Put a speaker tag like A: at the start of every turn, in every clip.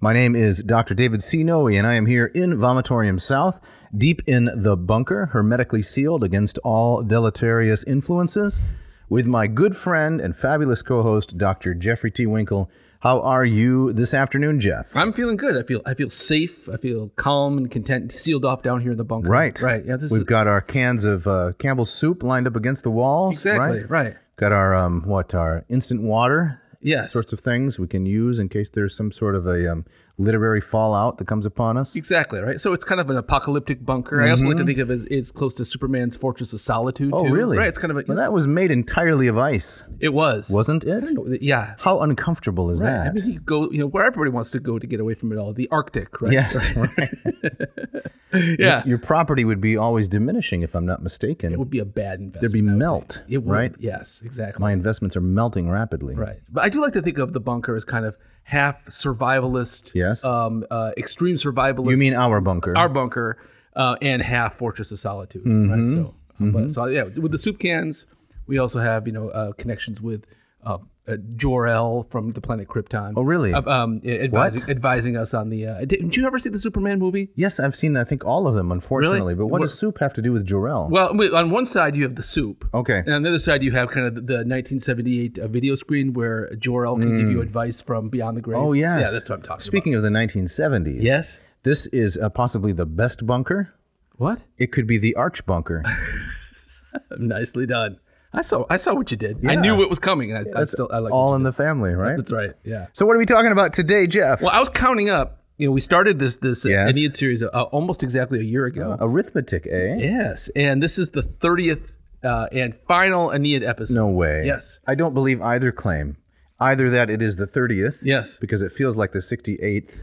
A: My name is Dr. David C. Noe, and I am here in Vomitorium South, deep in the bunker, hermetically sealed against all deleterious influences, with my good friend and fabulous co host, Dr. Jeffrey T. Winkle. How are you this afternoon, Jeff?
B: I'm feeling good. I feel I feel safe. I feel calm and content, sealed off down here in the bunker.
A: Right.
B: Right. Yeah. This
A: We've
B: is
A: got our cans of uh, Campbell's soup lined up against the walls.
B: exactly right.
A: Right. Got our, um, what, our instant water
B: Yes.
A: sorts of things we can use in case there's some sort of a um, literary fallout that comes upon us.
B: Exactly right. So it's kind of an apocalyptic bunker. I also like to think of it as it's close to Superman's Fortress of Solitude.
A: Mm-hmm. Oh,
B: too.
A: really?
B: Right. It's kind of a,
A: well, that was made entirely of ice,
B: it was.
A: wasn't it?
B: Yeah.
A: How uncomfortable is
B: I
A: that?
B: mean, you go you know where everybody wants to go to get away from it all. The Arctic, right?
A: yes, right.
B: Yeah.
A: your property would be always diminishing if I'm not mistaken.
B: it would be a bad investment.
A: There'd be
B: I would
A: melt,
B: think. It would.
A: right?
B: Yes. Exactly.
A: My investments are melting rapidly.
B: Right. But I do like to think of the bunker as kind of half survivalist.
A: Yes.
B: Um. Uh, extreme survivalist.
A: You mean our bunker?
B: our bunker uh, and half Fortress of Solitude. Right?
A: Mm-hmm.
B: So, uh, but, so yeah, with the soup cans, we also have you know uh, connections with uh, uh, Jor El from the planet Krypton.
A: Oh, really?
B: Uh, um, advising, advising us on the. Uh, did, did you ever see the Superman movie?
A: yes, I've seen. I think all of them, unfortunately. But what,
B: What-
A: does soup have to do with Jorel?
B: Well, wait, on one side you have the soup.
A: Okay.
B: And on the other side you have kind of the, the 1978 uh, video screen where Jor El can give you advice from beyond the grave.
A: Mm. oh yes.
B: Yeah, that's what I'm talking
A: Speaking of the 1970s,
B: Yes.
A: this is uh, possibly the best bunker.
B: about. What?
A: It could be the arch bunker.
B: Nicely done. I saw. I saw what you did. I knew it was coming, and I, I still. I like.
A: all in the family, right?
B: That's right. Yeah.
A: So what are we talking about today, Jeff?
B: Well, I was counting up. You know, we started this this uh
A: Yes.
B: Aeneid series uh, almost exactly a year ago.
A: Arithmetic, eh?
B: Yes, and this is the thirtieth uh, and final Aeneid episode.
A: No way.
B: Yes.
A: I don't believe either claim. Either that it is the 30th,
B: Yes.
A: because it feels like the 68th,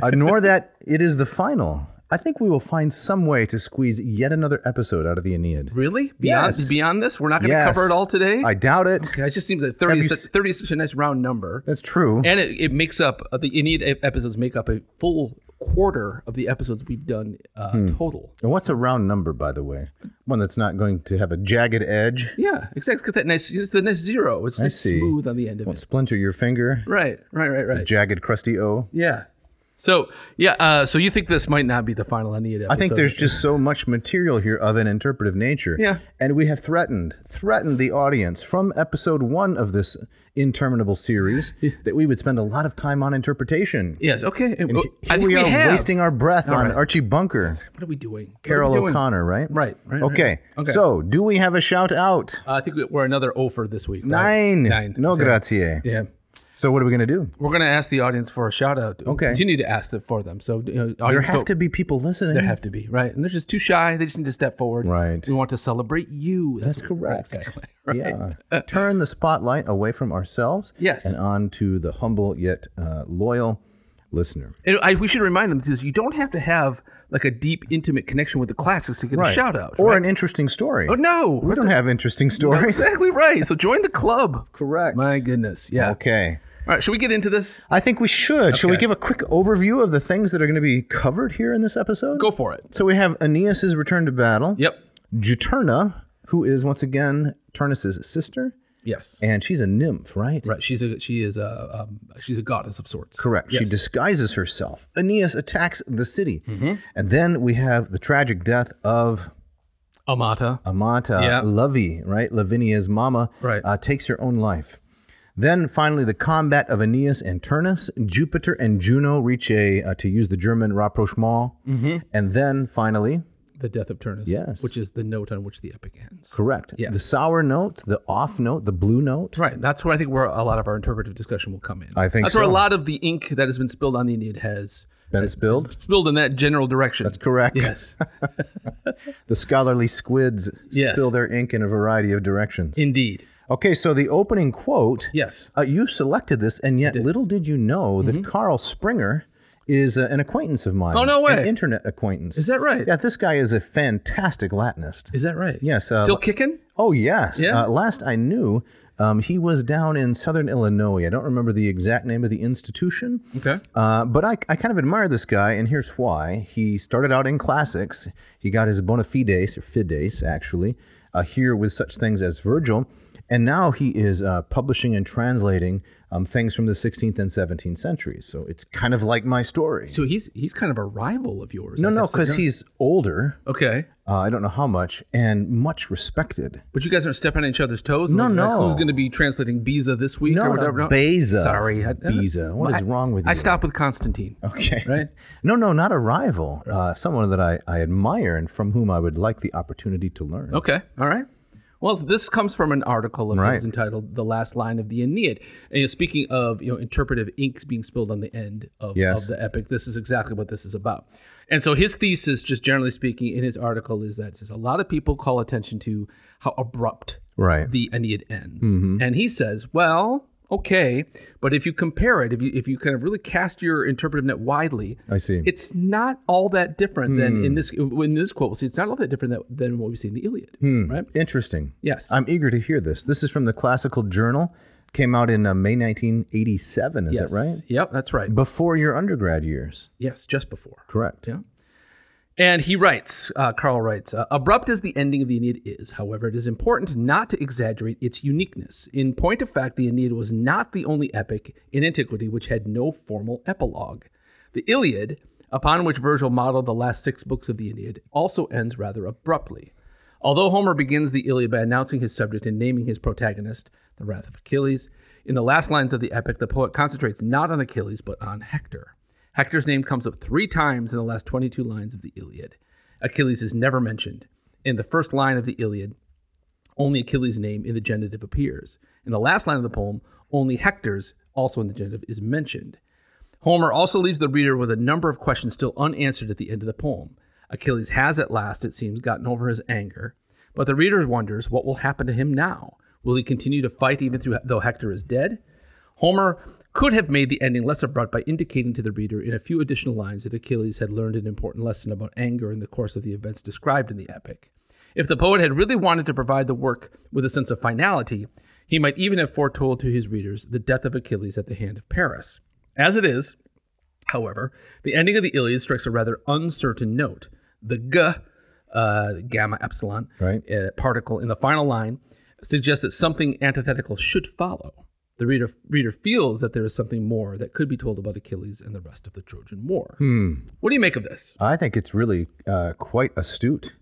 A: uh, nor that it is the final. I think we will find some way to squeeze yet another episode out of the Aeneid.
B: Really? Beyond
A: Yes.
B: beyond this, we're not going to
A: Yes.
B: cover it all today.
A: I doubt it.
B: Okay, it just seems that thirty
A: Have
B: is
A: you
B: such-
A: s-
B: thirty is such a nice round number,
A: That's true.
B: and it, it makes up uh, the Aeneid ep- episodes make up a full quarter of the episodes we've done uh,
A: Hmm.
B: total.
A: And what's a round number, by the way? One that's not going to have a jagged edge,
B: Yeah, exactly. Got that nice. It's the nice zero. It's nice
A: see.
B: smooth on the end of
A: won't
B: it.
A: splinter your finger,
B: Right. Right. Right. Right.
A: jagged, crusty O.
B: Yeah. So yeah, uh, so you think this might not be the final Aeneid episode?
A: I think there's just so much material here of an interpretive nature.
B: Yeah.
A: And we have threatened, threatened the audience from episode one of this interminable series that we would spend a lot of time on interpretation.
B: yes. Okay. Oh,
A: And he-
B: I
A: here
B: think
A: we
B: we,
A: are
B: have.
A: wasting our breath on
B: right.
A: Archie Bunker,
B: What are we doing? What are
A: Carol
B: we doing?
A: O'Connor, right?
B: Right. Right. right.
A: Okay.
B: Okay.
A: So, do we have a shout out?
B: Uh, I think we- we're another offer this week. right?
A: Nine.
B: Nine.
A: No
B: Okay.
A: grazie.
B: Yeah.
A: So, what are we going to do?
B: We're gonna ask the audience for a shout out.
A: Okay.
B: Continue to ask it for them. So you know,
A: There
B: audience,
A: have
B: go-
A: to be people listening.
B: There have to be right, and they're just too shy. They just need to step forward.
A: Right.
B: We want to celebrate you.
A: That's
B: what- right,
A: correct.
B: Exactly. Right. Uh,
A: Yeah. Turn the spotlight away from ourselves
B: Yes.
A: and on to the humble yet uh, loyal listener.
B: And I, we should remind them because you don't have to have like a deep, intimate connection with the classes to get a shout out.
A: Or
B: right?
A: an interesting story.
B: oh no,
A: we don't have interesting stories.
B: Exactly right. So join the club.
A: Correct.
B: My goodness. Yeah.
A: Okay.
B: All right. Should we get into this?
A: I think we should. Shall we
B: Okay.
A: give a quick overview of the things that are going to be covered here in this episode?
B: Go for it.
A: So we have Aeneas' return to battle.
B: Yep.
A: Juturna, who is once again Turnus' sister,
B: Yes.
A: and she's a nymph, right?
B: Right. She's a she is a um, she's a goddess of sorts.
A: Correct. She disguises herself. Aeneas attacks the city.
B: Mm-hmm.
A: And then we have the tragic death of
B: Amata.
A: Amata,
B: Yeah.
A: Lovey, right? Lavinia's mama,
B: Right.
A: uh, takes her own life. Then finally, the combat of Aeneas and Turnus, Jupiter and Juno reach a, uh, to use the German rapprochement.
B: Mm-hmm.
A: And then finally,
B: The death of Turnus.
A: Yes.
B: Which is the note on which the epic ends.
A: correct,
B: Yeah.
A: the sour note, the off note, the blue note.
B: Right. That's where I think where a lot of our interpretive discussion will come in.
A: I think
B: that's where a
A: so.
B: lot of the ink that has been spilled on the Aeneid has
A: Been spilled.
B: spilled in that general direction. That's
A: Correct.
B: Yes.
A: The scholarly squids
B: Yes.
A: spill their ink in a variety of directions.
B: Indeed.
A: Okay, so the opening quote
B: Yes.
A: Uh, you selected this, and yet little did you know that Carl Springer is uh, an acquaintance of mine.
B: Mm-hmm. Oh, no
A: An
B: way.
A: internet acquaintance.
B: Is that right?
A: Yeah, this guy is a fantastic Latinist.
B: Is that right?
A: Yes, uh,
B: Still kicking?
A: Oh yes.
B: Yeah.
A: Uh, last I knew, um, he was down in Southern Illinois. I don't remember the exact name of the institution.
B: Okay.
A: Uh, but I, I kind of admire this guy, and here's why. He started out in classics. He got his bona fides, or fides, actually, uh, here with such things as Virgil. And now he is uh, publishing and translating um, things from the 16th and 17th centuries. So it's kind of like my story.
B: So he's he's kind of a rival of yours.
A: no,
B: I
A: no,
B: guess.
A: because he's older.
B: okay.
A: Uh, I don't know how much, and much respected.
B: But you guys aren't stepping on each other's toes.
A: No,
B: Like,
A: no.
B: Who's going to be translating Biza this week
A: No,
B: or
A: no,
B: whatever?
A: Beza.
B: Sorry, I- uh,
A: Beza. What is
B: I-
A: wrong with
B: I
A: you?
B: stopped with Constantine.
A: Okay.
B: Right?
A: No, no, not a rival. Uh, someone that I, I admire and from whom I would like the opportunity to learn.
B: Okay. All right. Well, this comes from an article of
A: Right.
B: his entitled "The Last Line of the Aeneid." And you know, speaking of you know interpretive inks being spilled on the end of,
A: Yes.
B: of the epic, this is exactly what this is about. And so his thesis, just generally speaking, in his article is that says a lot of people call attention to how abrupt
A: Right.
B: the Aeneid ends.
A: Mm-hmm.
B: And he says, well, okay, but if you compare it, if you if you kind of really cast your interpretive net widely,
A: I see. Hmm.
B: it's not all that different than in this in this quote. We'll see, it's not all that different that, than what we see in the Iliad,
A: Hmm.
B: right?
A: Interesting.
B: Yes.
A: I'm eager to hear this. This is from the Classical Journal. Came out in uh, May 1987. Is
B: Yes.
A: that right?
B: Yep, that's right.
A: Before your undergrad years.
B: Yes, just before.
A: Correct.
B: Yeah. And he writes, uh, Carl writes, uh, abrupt as the ending of the Aeneid is, however, it is important not to exaggerate its uniqueness. In point of fact, the Aeneid was not the only epic in antiquity which had no formal epilogue. The Iliad, upon which Virgil modeled the last six books of the Aeneid, also ends rather abruptly. Although Homer begins the Iliad by announcing his subject and naming his protagonist, the wrath of Achilles, in the last lines of the epic, the poet concentrates not on Achilles, but on Hector. Hector's name comes up three times in the last 22 lines of the Iliad. Achilles is never mentioned. In the first line of the Iliad, only Achilles' name in the genitive appears. In the last line of the poem, only Hector's, also in the genitive, is mentioned. Homer also leaves the reader with a number of questions still unanswered at the end of the poem. Achilles has at last, it seems, gotten over his anger, but the reader wonders what will happen to him now. Will he continue to fight even through, though Hector is dead? Homer could have made the ending less abrupt by indicating to the reader in a few additional lines that Achilles had learned an important lesson about anger in the course of the events described in the epic. If the poet had really wanted to provide the work with a sense of finality, he might even have foretold to his readers the death of Achilles at the hand of Paris. As it is, however, the ending of the Iliad strikes a rather uncertain note. The g, uh, gamma epsilon,
A: Right.
B: uh, particle in the final line suggests that something antithetical should follow. The reader reader feels that there is something more that could be told about Achilles and the rest of the Trojan War.
A: Hmm.
B: What do you make of this?
A: I think it's really uh, quite astute.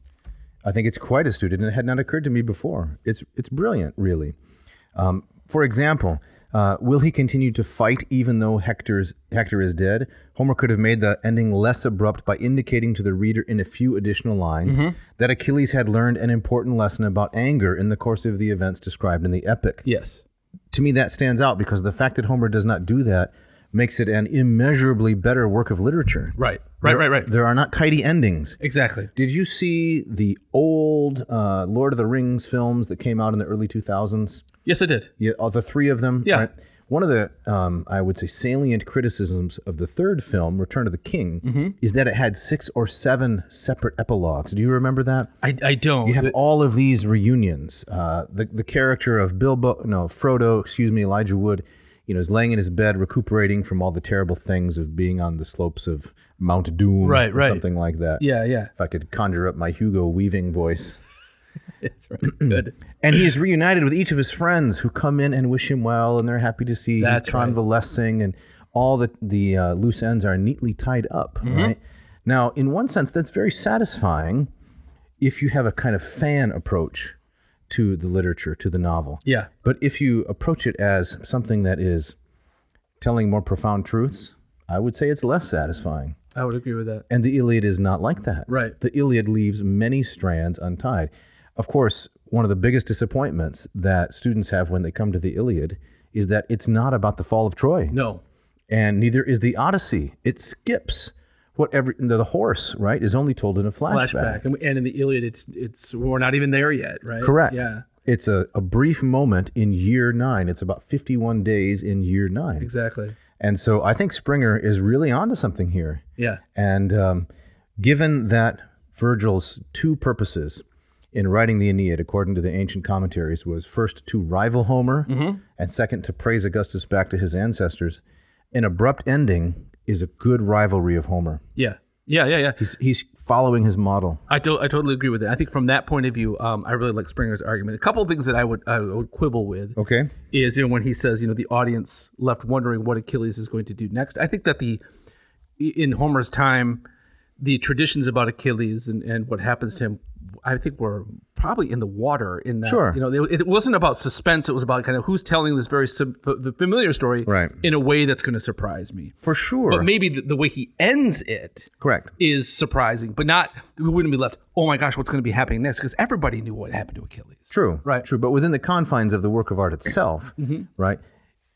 A: I think it's quite astute, and it had not occurred to me before. It's it's brilliant, really. Um, for example, uh, will he continue to fight even though Hector's Hector is dead? Homer could have made the ending less abrupt by indicating to the reader in a few additional lines that Achilles had learned an important lesson about anger in the course of the events described in the epic
B: Yes.
A: to me that stands out because the fact that Homer does not do that makes it an immeasurably better work of literature.
B: Right. Right,
A: There-
B: right, right.
A: There are not tidy endings.
B: Exactly.
A: Did you see the old uh, Lord of the Rings films that came out in the early 2000s?
B: Yes, I did.
A: Yeah, all the three of them.
B: Yeah.
A: One of the, um, I would say, salient criticisms of the third film, Return of the King,
B: Mm-hmm.
A: is that it had six or seven separate epilogues. Do you remember that?
B: I, I don't.
A: You have all of these reunions. Uh, the the character of Bilbo, no Frodo, excuse me, Elijah Wood, you know, is laying in his bed recuperating from all the terrible things of being on the slopes of Mount Doom,
B: Right,
A: or
B: right.
A: something like that.
B: yeah, yeah.
A: If I could conjure up my Hugo Weaving voice,
B: That's right. Good.
A: and he is reunited with each of his friends who come in and wish him well, and they're happy to see
B: That's
A: he's
B: right.
A: convalescing, and all the the uh, loose ends are neatly tied up.
B: Mm-hmm.
A: Right now, in one sense, that's very satisfying if you have a kind of fan approach to the literature, to the novel.
B: Yeah.
A: But if you approach it as something that is telling more profound truths, I would say it's less satisfying.
B: I would agree with that.
A: And the Iliad is not like that.
B: Right.
A: The Iliad leaves many strands untied. Of course, one of the biggest disappointments that students have when they come to the Iliad is that it's not about the fall of Troy,
B: No.
A: and neither is the Odyssey. It skips what every the, the horse right is only told in a flashback.
B: Flashback. And, and in the Iliad it's it's we're not even there yet, right?
A: Correct.
B: Yeah.
A: It's a, a brief moment in year nine. It's about 51 days in year nine.
B: Exactly.
A: And so I think Springer is really onto something here.
B: Yeah.
A: And um, given that Virgil's two purposes in writing the Aeneid, according to the ancient commentaries, was first to rival Homer
B: Mm-hmm.
A: and second to praise Augustus back to his ancestors, an abrupt ending is a good rivalry of Homer.
B: Yeah. Yeah. Yeah. Yeah.
A: He's, he's following his model.
B: I, to- I totally agree with it. I think from that point of view, um, I really like Springer's argument. A couple of things that I would I would quibble with
A: Okay.
B: is you know when he says you know the audience left wondering what Achilles is going to do next. I think that the in Homer's time, the traditions about Achilles and, and what happens to him, I think were probably in the water. In that,
A: Sure.
B: you know, it, it wasn't about suspense. It was about kind of who's telling this very sim- f- the familiar story
A: Right.
B: in a way that's going to surprise me.
A: For sure.
B: But maybe the, the way he ends it
A: Correct.
B: is surprising, but not we wouldn't be left. Oh my gosh, what's going to be happening next? Because everybody knew what happened to Achilles.
A: True.
B: Right. Mm-hmm.
A: True. But within the confines of the work of art itself, right,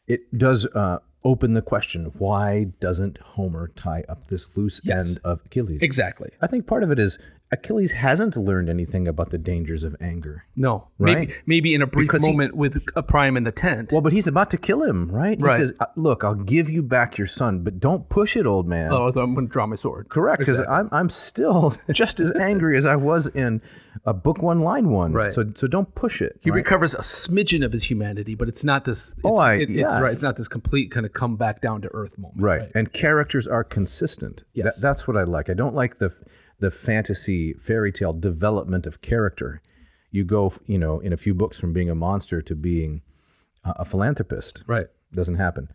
A: it does uh, open the question why doesn't Homer tie up this loose
B: Yes.
A: end of Achilles?
B: Exactly.
A: I think part of it is Achilles hasn't learned anything about the dangers of anger.
B: No. Maybe
A: Right.
B: maybe in a brief
A: Because he-
B: moment with a prime in the tent.
A: Well, but he's about to kill him, right? He
B: Right.
A: says, "Uh, Look, I'll give you back your son, but don't push it, old man.
B: oh, I'm going to draw my sword.
A: Correct, because I'm, I'm still just as angry as I was in a book one, line one.
B: Right.
A: So, so don't push it.
B: He
A: right?
B: recovers a smidgen of his humanity, but it's not this. It's,
A: Oh, I-
B: it- it's
A: yeah.
B: right. It's not this complete kind of come back down to earth moment.
A: right. And characters are consistent. Tha-
B: Yes.
A: that's what I like. I don't like the f- the fantasy fairy tale development of character. You go, f- you know, in a few books from being a monster to being uh, a philanthropist.
B: Right.
A: Doesn't happen.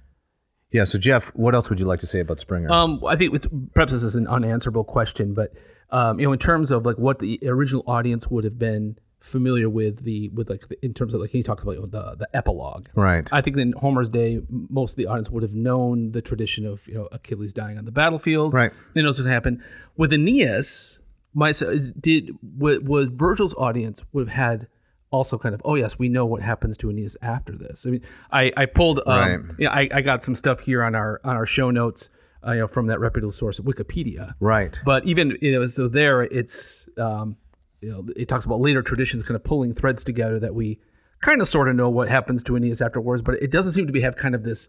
A: Yeah. So Jeff, what else would you like to say about Springer?
B: Um, I think it's perhaps this is an unanswerable question, but um, you know, in terms of like what the original audience would have been familiar with the with like the, in terms of like he talks about you know, the the epilogue.
A: right.
B: I think in Homer's day, m- most of the audience would have known the tradition of you know Achilles dying on the battlefield.
A: Right.
B: They know what's going to happen. With Aeneas, my s- did wa- was Virgil's audience would have had also kind of oh yes we know what happens to Aeneas after this. I mean I I pulled um,
A: Right.
B: yeah I, I got some stuff here on our on our show notes uh, you know from that reputable source Wikipedia.
A: right.
B: But even you know, so there it's um, you know, it talks about later traditions kind of pulling threads together that we kind of sort of know what happens to Aeneas afterwards, but it doesn't seem to be have kind of this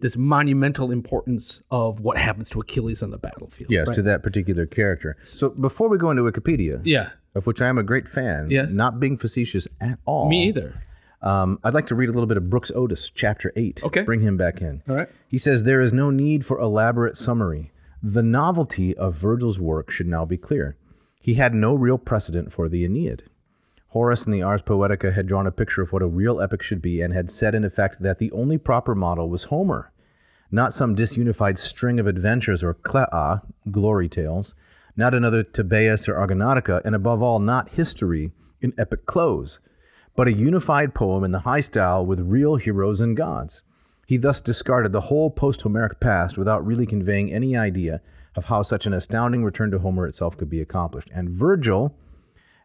B: this monumental importance of what happens to Achilles on the battlefield.
A: yes, to that particular character. So before we go into Wikipedia,
B: Yeah.
A: of which I am a great fan,
B: Yes.
A: not being facetious at all.
B: Me either.
A: Um, I'd like to read a little bit of Brooks Otis, chapter 8.
B: Okay.
A: Bring him back in.
B: All right.
A: He says there is no need for elaborate summary. The novelty of Virgil's work should now be clear. He had no real precedent for the Aeneid. Horace in the Ars Poetica had drawn a picture of what a real epic should be and had said in effect that the only proper model was Homer, not some disunified string of adventures or klea, glory tales, not another Tibaeus or Argonautica, and above all, not history in epic close, but a unified poem in the high style with real heroes and gods. He thus discarded the whole post Homeric past without really conveying any idea of how such an astounding return to Homer itself could be accomplished. And Virgil,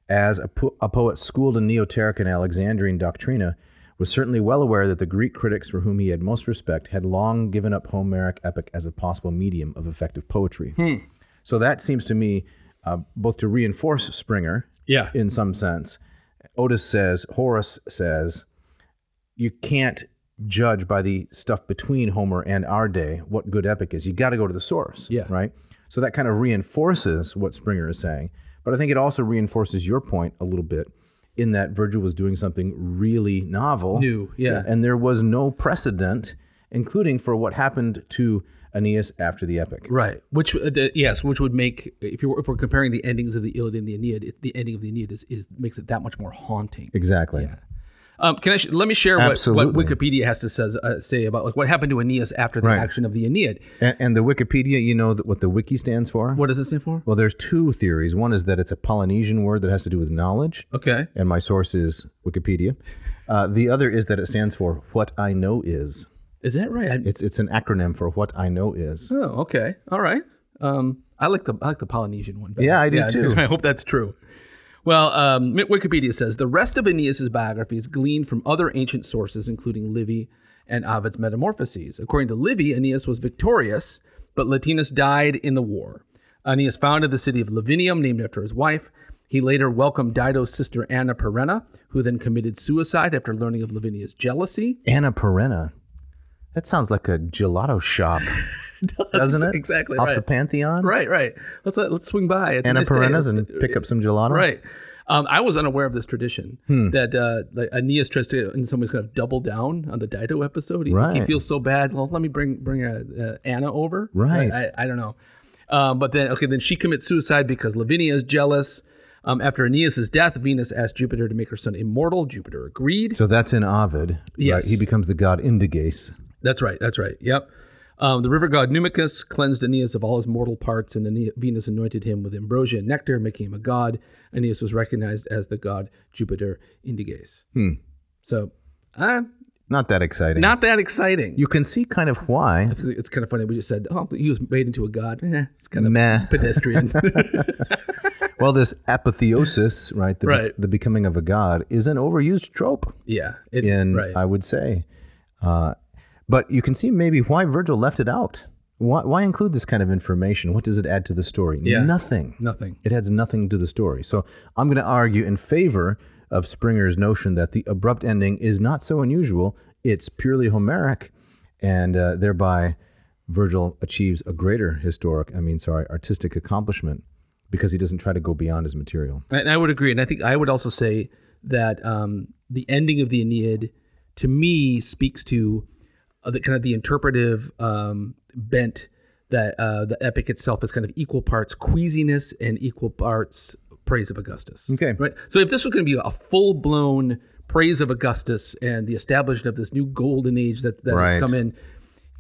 A: as a, po- a poet schooled in Neoteric and Alexandrian doctrina, was certainly well aware that the Greek critics for whom he had most respect had long given up Homeric epic as a possible medium of effective poetry. So that seems to me uh, both to reinforce Springer
B: Yeah.
A: in some sense. Otis says, Horace says, you can't judge by the stuff between Homer and our day what good epic is. You got to go to the source.
B: Yeah.
A: Right? So that kind of reinforces what Springer is saying. But I think it also reinforces your point a little bit in that Virgil was doing something really novel.
B: New, yeah.
A: And there was no precedent, including for what happened to Aeneas after the epic.
B: Right, which uh, the, yes, which would make if you were, if we're comparing the endings of the Iliad and the Aeneid, it, the ending of the Aeneid is, is makes it that much more haunting.
A: Exactly.
B: Um, can I sh- let me share what, what
A: Absolutely.
B: Wikipedia has to says, uh, say about like what happened to Aeneas after the
A: Right.
B: action of the Aeneid?
A: And, and the Wikipedia, you know that what the wiki stands for?
B: What does it stand for?
A: Well, there's two theories. One is that it's a Polynesian word that has to do with knowledge,
B: Okay.
A: and my source is Wikipedia. Uh, the other is that it stands for what I know is.
B: Is that right? I,
A: It's it's an acronym for what I know is.
B: oh, okay. All right. Um, I like the I like the Polynesian one. Better.
A: Yeah, I do too.
B: I hope that's true. Well, um, Wikipedia says the rest of Aeneas's biography is gleaned from other ancient sources, including Livy and Ovid's Metamorphoses. According to Livy, Aeneas was victorious, but Latinus died in the war. Aeneas founded the city of Lavinium, named after his wife. He later welcomed Dido's sister Anna Perenna, who then committed suicide after learning of Lavinia's jealousy.
A: Anna Perenna. That sounds like a gelato shop, doesn't it?
B: Exactly
A: Off
B: right.
A: the Pantheon,
B: Right, right. Let's uh, let's swing by. It's
A: Anna
B: nice day.
A: Perenna's, and
B: It's-
A: pick up some gelato.
B: Right. Um, I was unaware of this tradition
A: Hmm.
B: that uh, like Aeneas tries to, in some ways, kind of double down on the Dido episode. He, he
A: Right.
B: feels so bad. Well, let me bring bring uh, uh, Anna over.
A: Right.
B: I, I, I don't know. Um, but then, okay, then she commits suicide because Lavinia is jealous. Um, after Aeneas' death, Venus asked Jupiter to make her son immortal. Jupiter agreed.
A: So that's in Ovid.
B: Yes.
A: Right? He becomes the god Indiges.
B: That's right. That's right. Yep. Um, the river god Numicus cleansed Aeneas of all his mortal parts, and Aene- Venus anointed him with ambrosia and nectar, making him a god. Aeneas was recognized as the god Jupiter Indiges. Hmm. So, uh,
A: Not that exciting.
B: not that exciting.
A: you can see kind of why.
B: it's kind of funny. We just said, oh, he was made into a god. Eh, it's kind of
A: Meh.
B: pedestrian.
A: Well, this apotheosis, right? The,
B: Right.
A: the becoming of a god is an overused trope
B: yeah. It's,
A: in,
B: right.
A: I would say. Uh, but you can see maybe why Virgil left it out. Why, why include this kind of information? What does it add to the story?
B: Yeah.
A: Nothing.
B: Nothing.
A: It adds nothing to the story. So I'm going to argue in favor of Springer's notion that the abrupt ending is not so unusual. It's purely Homeric, and uh, thereby Virgil achieves a greater historic, I mean, sorry, artistic accomplishment because he doesn't try to go beyond his material.
B: And I would agree. And I think I would also say that um, the ending of the Aeneid, to me, speaks to uh, the kind of the interpretive um, bent that uh, the epic itself is kind of equal parts queasiness and equal parts praise of Augustus.
A: Okay.
B: Right. So if this was going to be a full blown praise of Augustus and the establishment of this new golden age that, that
A: Right.
B: has come in,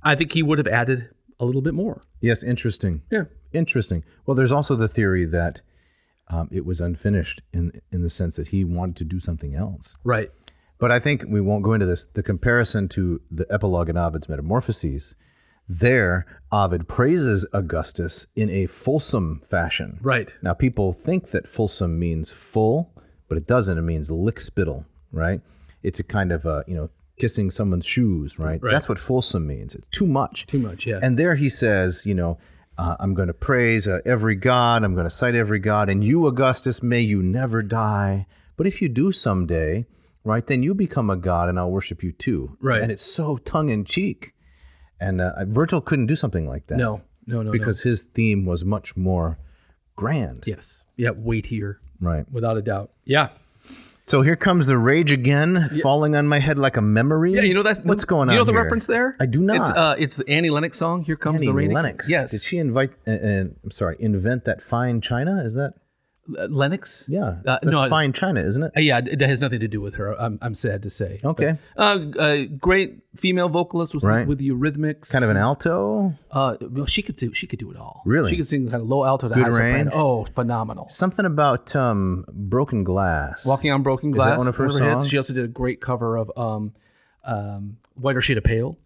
B: I think he would have added a little bit more.
A: Yes, interesting.
B: Yeah.
A: Interesting. Well, there's also the theory that um, it was unfinished in in the sense that he wanted to do something else.
B: Right.
A: But I think we won't go into this. The comparison to the epilogue in Ovid's Metamorphoses, there, Ovid praises Augustus in a fulsome fashion.
B: Right.
A: Now, people think that fulsome means full, but it doesn't. It means lick spittle, right? It's a kind of, uh, you know, kissing someone's shoes, right?
B: Right.
A: That's what fulsome means. It's too much.
B: Too much. Yeah.
A: And there he says, you know, uh, I'm going to praise uh, every god, I'm going to cite every god, and you, Augustus, may you never die. But if you do someday, right, then you become a god and I'll worship you too.
B: Right.
A: And it's so tongue in cheek. And uh, Virgil couldn't do something like that.
B: no. No. No.
A: Because his theme was much more grand.
B: no. yes. Yeah. Weightier.
A: Right.
B: without a doubt. Yeah.
A: So here comes the rage again, falling on my head like a memory.
B: Yeah, you know that's
A: What's going on?
B: Do you know the
A: here?
B: reference there?
A: I do not.
B: It's uh it's the Annie Lennox song, Here Comes
A: Annie
B: the Rain. Again.
A: Lennox.
B: Yes.
A: Did she invite uh, uh, I'm sorry, invent that fine china? Is that
B: Uh, Lennox?
A: yeah?
B: Uh,
A: that's
B: no,
A: fine china, isn't it?
B: uh, yeah, it has nothing to do with her. I'm, I'm sad to say.
A: Okay.
B: But, uh, uh, great female vocalist was
A: Right.
B: with the Eurythmics.
A: Kind of an alto,
B: Uh, well, she could do. She could do it all.
A: Really?
B: She could sing kind of low alto to high soprano.
A: range?
B: Oh, phenomenal.
A: something about um, broken glass.
B: Walking on Broken
A: that
B: Glass.
A: one of her
B: hits.
A: songs?
B: She also did a great cover of um, um, Whiter Shade of Pale.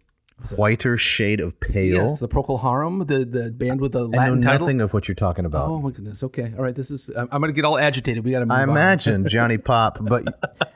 A: Whiter shade of pale.
B: Yes, the Procol Harum, the, the band with the
A: I know
B: Latin title.
A: nothing of what you're talking about.
B: Oh my goodness. Okay. All right. This is. I'm, I'm gonna get all agitated. We gotta move
A: I
B: on.
A: imagine Johnny Pop, but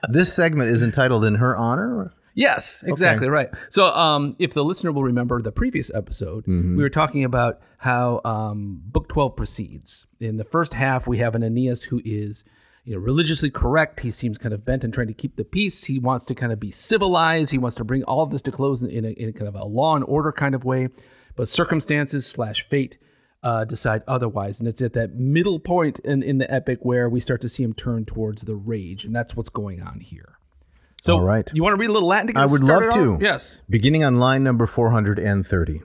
A: this segment is entitled in her honor.
B: Yes. Exactly. Right. So, um, if the listener will remember the previous episode, we were talking about how um, Book Twelve proceeds. In the first half, we have an Aeneas who is. You know, religiously correct. He seems kind of bent on trying to keep the peace. He wants to kind of be civilized. He wants to bring all of this to close in a, in a kind of a law and order kind of way. But circumstances slash fate uh, decide otherwise. And it's at that middle point in, in the epic where we start to see him turn towards the rage. And that's what's going on here. So,
A: All right.
B: you want to read a little Latin to get
A: I
B: us
A: would
B: started
A: love to.
B: off? Yes.
A: Beginning on line number 430.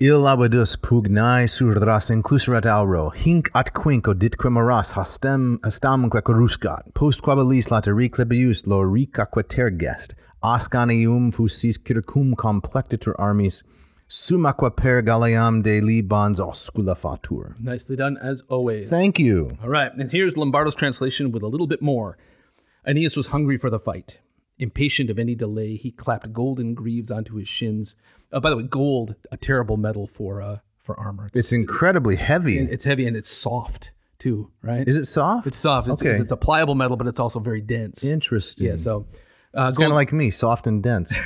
A: Il abadus pugnae sur ras incluserat auro, hinc at quinco ditque moras hastem hastamque coruscat, post quabilis lateri clebius loricaque tergest, ascanium fusis circum complectitur armis, sumaque per galliam de libans oscula fatur.
B: Nicely done, as always.
A: Thank you.
B: All right, and here's Lombardo's translation with a little bit more. Aeneas was hungry for the fight. Impatient of any delay, he clapped golden greaves onto his shins. Uh, by the way, gold, a terrible metal for uh, for armor. It's,
A: It's incredibly heavy.
B: it's heavy and it's soft too, right?
A: Is it soft?
B: It's soft. It's,
A: Okay.
B: it's a pliable metal, but it's also very dense.
A: Interesting.
B: Yeah. So, uh,
A: it's kind
B: gold-
A: of like me, soft and dense.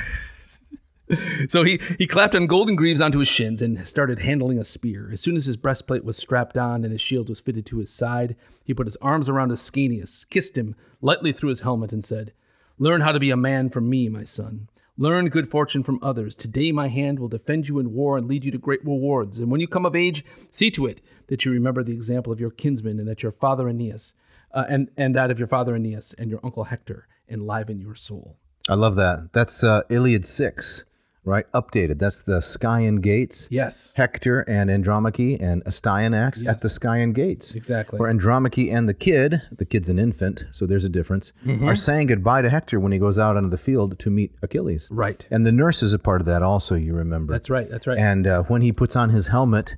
B: so he he clapped on golden greaves onto his shins and started handling a spear. As soon as his breastplate was strapped on and his shield was fitted to his side, he put his arms around Ascanius, kissed him lightly through his helmet, and said, "Learn how to be a man from me, my son. Learn good fortune from others. Today my hand will defend you in war and lead you to great rewards. And when you come of age, see to it that you remember the example of your kinsman and that your father Aeneas, uh, and, and that of your father Aeneas and your uncle Hector enliven your soul.
A: I love that. That's uh, Iliad 6, right? Updated. That's the Skyan Gates.
B: Yes.
A: Hector and Andromache and Astyanax at the Skyan Gates.
B: Exactly.
A: Where Andromache and the kid, the kid's an infant, so there's a difference,
B: Mm-hmm.
A: are saying goodbye to Hector when he goes out onto the field to meet Achilles.
B: Right.
A: And the nurse is a part of that also, you remember.
B: That's right. That's right.
A: And uh, when he puts on his helmet,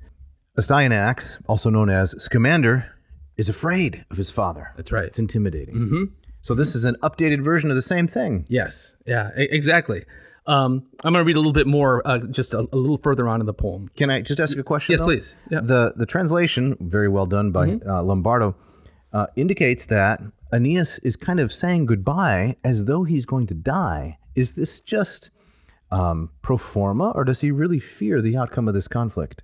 A: Astyanax, also known as Scamander, is afraid of his father.
B: That's right.
A: It's intimidating. Mm-hmm. So this is an updated version of the same thing.
B: Yes. Yeah. e- exactly. Um, I'm going to read a little bit more, uh, just a, a little further on in the poem.
A: Can I just ask you a question?
B: Yes,
A: though?
B: please. Yeah. Mm-hmm.
A: The the translation, very well done by uh, Lombardo, uh, indicates that Aeneas is kind of saying goodbye as though he's going to die. Is this just um, pro forma, or does he really fear the outcome of this conflict?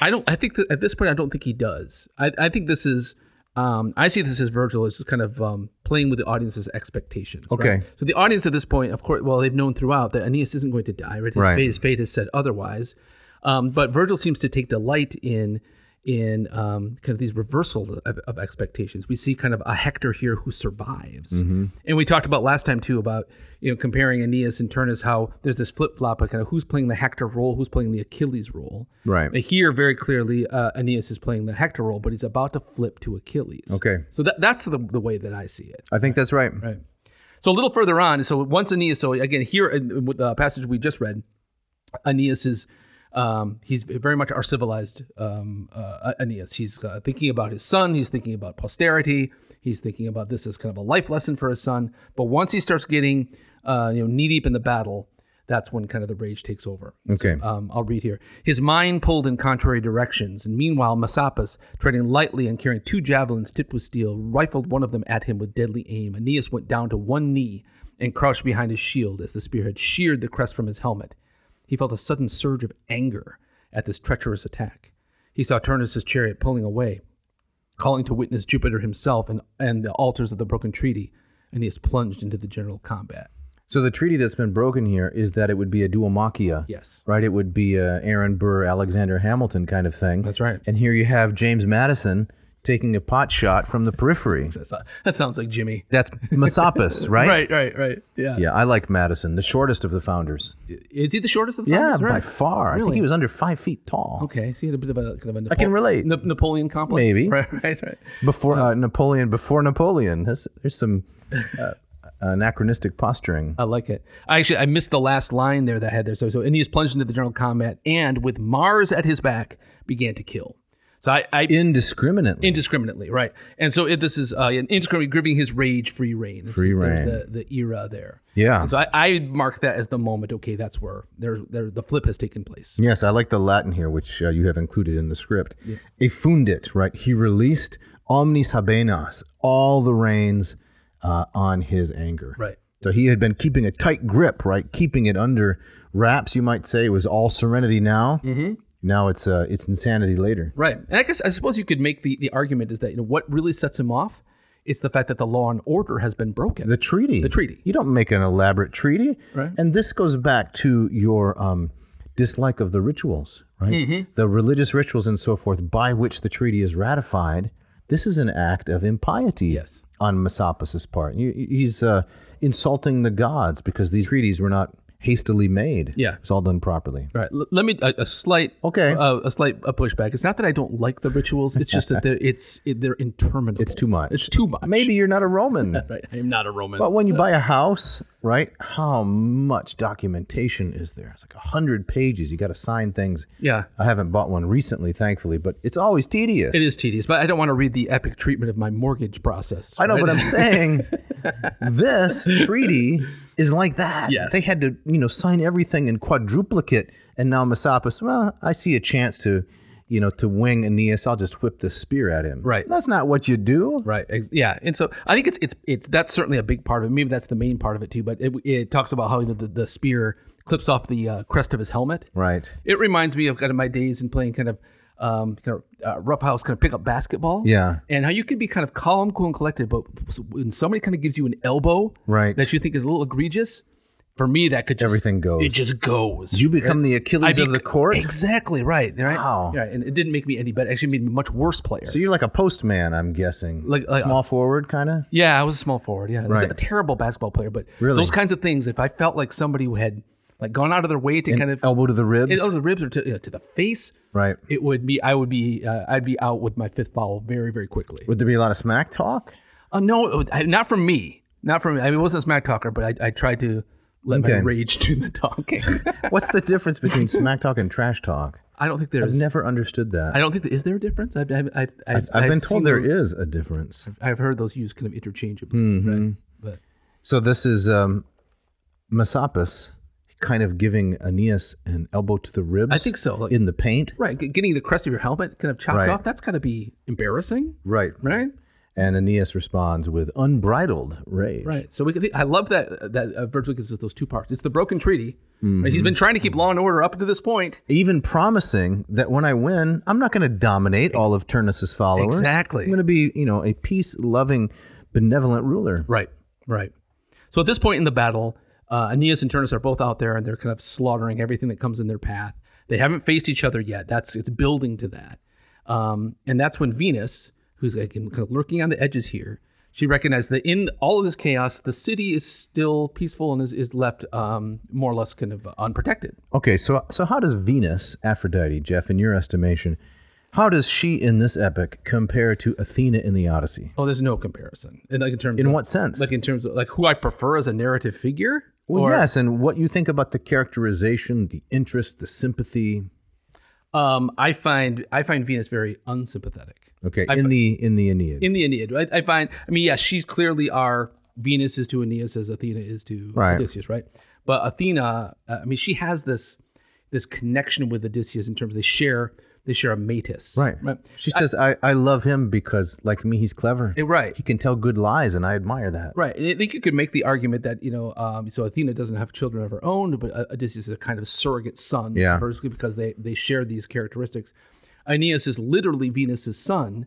B: I don't. I think that at this point, I don't think he does. I, I think this is. Um, I see this as Virgil is just kind of um, playing with the audience's expectations. right?
A: Okay.
B: So the audience at this point, of course, well, they've known throughout that Aeneas isn't going to die. Right. His,
A: Right.
B: Fate, his fate has said otherwise. Um, but Virgil seems to take delight in in um, kind of these reversal of, of expectations. We see kind of a Hector here who survives,
A: Mm-hmm.
B: and we talked about last time too about you know comparing Aeneas and Turnus how there's this flip flop of kind of who's playing the Hector role, who's playing the Achilles role.
A: Right.
B: And here, very clearly, uh, Aeneas is playing the Hector role, but he's about to flip to Achilles.
A: Okay.
B: So that, that's the, the way that I see it.
A: I think that's right.
B: Right. So a little further on, so once Aeneas, so again, here in, in the passage we just read, Aeneas is, um, he's very much our civilized um, uh, Aeneas. He's uh, thinking about his son, he's thinking about posterity, he's thinking about this as kind of a life lesson for his son. But once he starts getting, uh, you know, knee deep in the battle, that's when kind of the rage takes over.
A: Okay.
B: Um, I'll read here. His mind pulled in contrary directions, and meanwhile, Messapus, treading lightly and carrying two javelins tipped with steel, rifled one of them at him with deadly aim. Aeneas went down to one knee and crouched behind his shield as the spear had sheared the crest from his helmet. He felt a sudden surge of anger at this treacherous attack. He saw Turnus' chariot pulling away, calling to witness Jupiter himself and, and the altars of the broken treaty. Aeneas plunged into the general combat.
A: So the treaty that's been broken here is that it would be a duomachia.
B: Yes.
A: Right, it would be a Aaron Burr, Alexander Hamilton kind of thing.
B: That's right.
A: And here you have James Madison taking a pot shot from the periphery.
B: That's not- that sounds like Jimmy.
A: That's Messapus, right?
B: Right, right, right. Yeah.
A: Yeah, I like Madison, the shortest of the founders.
B: Is he the shortest of the
A: Yeah,
B: founders?
A: by
B: Oh, Right.
A: far. I think
B: Really?
A: he was under five feet tall.
B: Okay, so he had a bit of a kind of a Napo-
A: can relate.
B: Na- Napoleon complex.
A: Maybe.
B: Right, right, right.
A: Before uh, Napoleon, before Napoleon. That's, there's some uh, anachronistic posturing.
B: I like it. I actually I missed the last line there that I had there. So so Aeneas plunged into the general combat and with Mars at his back began to kill. So I, I
A: Indiscriminately.
B: indiscriminately, right? And so it, this is uh, an indiscriminately giving his rage free reign. This
A: Free
B: is,
A: rein.
B: There's the, the era there.
A: Yeah.
B: And so I, I mark that as the moment. Okay, that's where there's there the flip has taken place.
A: Yes, I like the Latin here, which uh, you have included in the script. Effundit, right? He released omnis habenas, all the reins uh, on his anger.
B: Right.
A: So he had been keeping a tight grip, right? Keeping it under wraps, you might say. It was all serenity now. Mm-hmm. Now it's uh, it's insanity later.
B: Right. And I guess I suppose you could make the, the argument is that you know what really sets him off? It's the fact that the law and order has been broken.
A: The treaty.
B: The treaty.
A: You don't make an elaborate treaty.
B: Right.
A: And this goes back to your um, dislike of the rituals, right?
B: Mm-hmm.
A: The religious rituals and so forth by which the treaty is ratified. This is an act of impiety
B: Yes.
A: on Messapus's part. You- He's uh, insulting the gods because these treaties were not hastily made.
B: Yeah.
A: It's all done properly.
B: Right. L- let me a, a slight
A: Okay.
B: uh, a slight uh pushback. It's not that I don't like the rituals. It's just that they're, it's it, they're interminable.
A: It's too much.
B: It's too much.
A: Maybe you're not a Roman.
B: Right. I am not a Roman.
A: But when you buy a house, right? How much documentation is there? It's like a hundred pages. You got to sign things.
B: yeah.
A: I haven't bought one recently, thankfully, but it's always tedious.
B: It is tedious, but I don't want to read the epic treatment of my mortgage process.
A: I know,
B: right?
A: but I'm saying this treaty is like that.
B: Yes.
A: They had to, you know, sign everything in quadruplicate, and now Messapus. Well, I see a chance to, you know, to wing Aeneas. I'll just whip this spear at him.
B: Right.
A: That's not what you do.
B: Right. ex- Yeah. And so I think it's it's it's that's certainly a big part of it. Maybe that's the main part of it too. But it, it talks about how you know, the, the spear clips off the uh, crest of his helmet.
A: Right.
B: It reminds me of kind of my days in playing kind of um, kind of uh, rough house, kind of pick up basketball.
A: Yeah.
B: And how you can be kind of calm, cool, and collected, but when somebody kind of gives you an elbow
A: Right.
B: that you think is a little egregious, for me that could just
A: Everything goes.
B: It just goes.
A: You become the Achilles
B: I
A: of the court?
B: Exactly right. Right.
A: Wow.
B: Right. And it didn't make me any better. Actually, it made me a much worse player.
A: So you're like a postman, I'm guessing.
B: Like- like- uh,
A: small forward, kind of.
B: yeah, I was a small forward. Yeah, I was
A: Right.
B: a terrible basketball player, but
A: Really?
B: those kinds of things. If I felt like somebody who had like gone out of their way to kind of
A: elbow to the ribs.
B: oh, the ribs or to, you know, to the face,
A: right.
B: it would be I would be uh, I'd be out with my fifth foul very very quickly.
A: Would there be a lot of smack talk?
B: Uh, no, it would- I- not from me. Not from me. I mean, it wasn't a smack talker, but I, I tried to let my
A: Okay.
B: rage do the talking.
A: What's the difference between smack talk and trash talk?
B: I don't think
A: I've
B: there's.
A: never understood that.
B: I don't think is there a difference. I've I've, I've,
A: I've, I've been told
B: seen
A: there
B: those-
A: is a difference.
B: I've heard those used kind of interchangeably. Right? But
A: So this is um, Messapus kind of giving Aeneas an elbow to the ribs.
B: I think so, like-
A: in the paint.
B: right, g- getting the crest of your helmet kind of chopped
A: Right.
B: off. That's got to be embarrassing,
A: Right.
B: right?
A: And Aeneas responds with unbridled rage.
B: Right. So we can. Think, I love that that uh, Virgil gives us those two parts. It's the broken treaty. Right? He's been trying to keep law and order up to this point.
A: Even promising that when I win, I'm not going to dominate all of Turnus's followers.
B: Exactly.
A: I'm going to be, you know, a peace-loving, benevolent ruler.
B: Right, right. So at this point in the battle, uh, Aeneas and Turnus are both out there, and they're kind of slaughtering everything that comes in their path. They haven't faced each other yet. That's it's building to that, um, and that's when Venus, who's again kind of lurking on the edges here, she recognized that in all of this chaos, the city is still peaceful and is, is left um, more or less kind of unprotected.
A: Okay, so so how does Venus, Aphrodite, Jeff, in your estimation, how does she in this epic compare to Athena in the Odyssey?
B: Oh, there's no comparison, and like in terms
A: In
B: of,
A: what sense?
B: like in terms of like who I prefer as a narrative figure.
A: well, yes, and what you think about the characterization, the interest, the sympathy.
B: Um, I find I find Venus very unsympathetic.
A: Okay, in the in the Aeneid.
B: in the Aeneid. I, I find, I mean, yeah, she's clearly our Venus is to Aeneas as Athena is to
A: Right.
B: Odysseus, right? But Athena, uh, I mean, she has this this connection with Odysseus in terms of they share they share a metis,
A: right.
B: Right.
A: She says, I, I love him because, like me, he's clever.
B: Eh, right.
A: He can tell good lies, and I admire that.
B: Right, and I think you could make the argument that you know, um, so Athena doesn't have children of her own, but uh, Odysseus is a kind of surrogate son,
A: Yeah.
B: of hers because they they share these characteristics. Aeneas is literally Venus's son,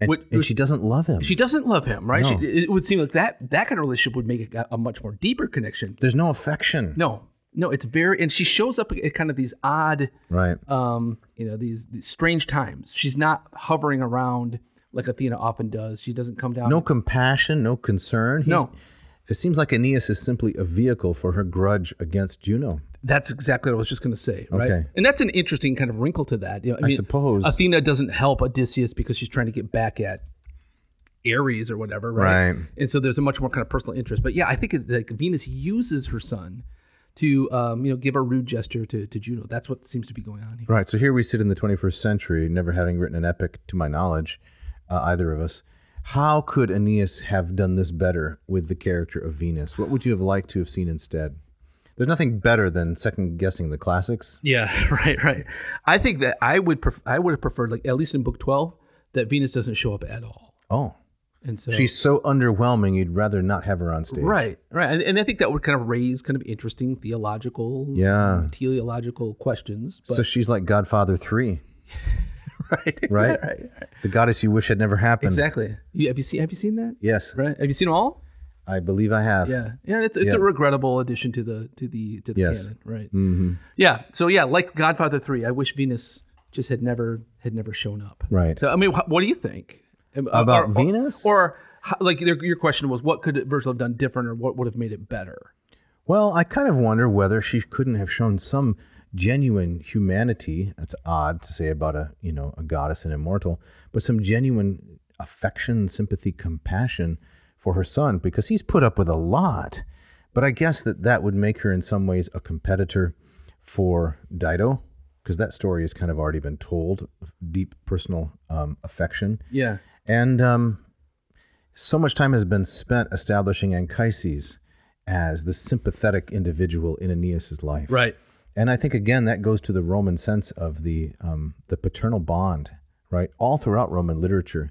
A: And,
B: which-
A: and she doesn't love him.
B: she doesn't love him, right? She, it would seem like that that kind of relationship would make a, a much more deeper connection.
A: There's no affection.
B: No, no, it's very, and she shows up at kind of these odd,
A: Right.
B: um, you know, these, these strange times. She's not hovering around like Athena often does. She doesn't come down.
A: no compassion, no concern. He's,
B: No.
A: It seems like Aeneas is simply a vehicle for her grudge against Juno.
B: that's exactly what I was just going to say, right?
A: Okay.
B: And that's an interesting kind of wrinkle to that. You know, I, mean,
A: suppose.
B: Athena doesn't help Odysseus because she's trying to get back at Ares or whatever, right?
A: Right.
B: And so there's a much more kind of personal interest. But yeah, I think it, like Venus uses her son to, um, you know, give a rude gesture to, to Juno. That's what seems to be going on here.
A: Right. So here we sit in the 21st century, never having written an epic, to my knowledge, uh, either of us. How could Aeneas have done this better with the character of Venus? What would you have liked to have seen instead? There's nothing better than second guessing the classics.
B: Yeah, right, right. I think that I would pref- I would have preferred like at least in book 12 that Venus doesn't show up at all.
A: Oh,
B: And so
A: she's so underwhelming, you'd rather not have her on stage.
B: right, right. And, and I think that would kind of raise kind of interesting theological
A: Yeah.
B: teleological questions, but
A: So she's like Godfather 3,
B: right,
A: right?
B: right, right.
A: The goddess you wish had never happened.
B: Exactly. You, have you seen have you seen that?
A: Yes,
B: Right? Have you seen them all?
A: I believe I have.
B: Yeah. Yeah, it's it's a regrettable addition to the to the to the
A: Yes.
B: canon, right? Mm-hmm. Yeah. So yeah, like Godfather 3, I wish Venus just had never had never shown up.
A: Right.
B: So I mean, wh- what do you think Um,
A: About
B: or- or-
A: Venus?
B: or how, like your, your question was, what could Virgil have done different, or what would have made it better?
A: Well, I kind of wonder whether she couldn't have shown some genuine humanity. That's odd to say about a you know a goddess and immortal, but some genuine affection, sympathy, compassion for her son because he's put up with a lot. But I guess that that would make her in some ways a competitor for Dido because that story has kind of already been told. Deep personal um, affection.
B: Yeah.
A: And um, so much time has been spent establishing Anchises as the sympathetic individual in Aeneas's life.
B: Right.
A: And I think again that goes to the Roman sense of the um, the paternal bond, right? All throughout Roman literature,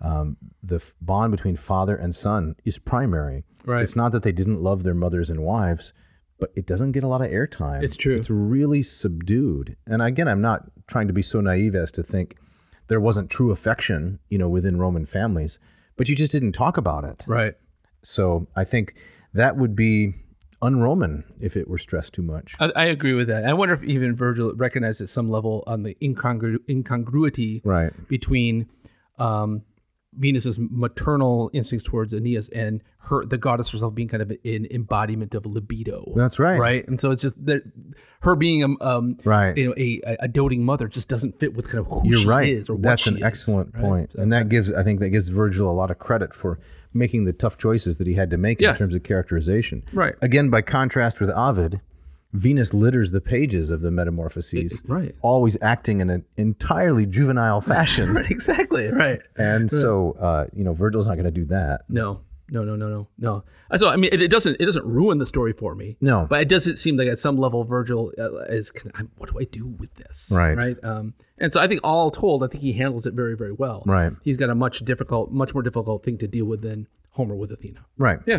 A: um, the f- bond between father and son is primary.
B: Right.
A: It's not that they didn't love their mothers and wives, but it doesn't get a lot of airtime.
B: It's true.
A: It's really subdued. And again, I'm not trying to be so naive as to think there wasn't true affection, you know, within Roman families, but you just didn't talk about it.
B: Right.
A: So I think that would be un-Roman if it were stressed too much.
B: I, I agree with that. I wonder if even Virgil recognized at some level on the incongru- incongruity
A: Right.
B: between um, Venus's maternal instincts towards Aeneas and her, the goddess herself, being kind of an embodiment of libido.
A: That's right.
B: Right, and so it's just that her being um, um
A: Right.
B: you know a, a- a doting mother just doesn't fit with kind of who
A: You're
B: she
A: right.
B: is or what
A: That's
B: she
A: an
B: is.
A: excellent point. and that gives I think that gives Virgil a lot of credit for making the tough choices that he had to make
B: Yeah.
A: in terms of characterization.
B: Right.
A: Again, by contrast with Ovid, Venus litters the pages of the Metamorphoses,
B: right.
A: always acting in an entirely juvenile fashion.
B: Right, exactly right.
A: and so uh, you know, Virgil's not going to do that.
B: No, no, no, no, no, no. Uh, So I mean, it, it doesn't it doesn't ruin the story for me.
A: No.
B: but it doesn't seem like at some level Virgil uh, is. Kind of, I'm, what do I do with this?
A: Right.
B: right. Um, and so I think all told, I think he handles it very, very well.
A: Right.
B: He's got a much difficult, much more difficult thing to deal with than Homer with Athena.
A: Right.
B: Yeah.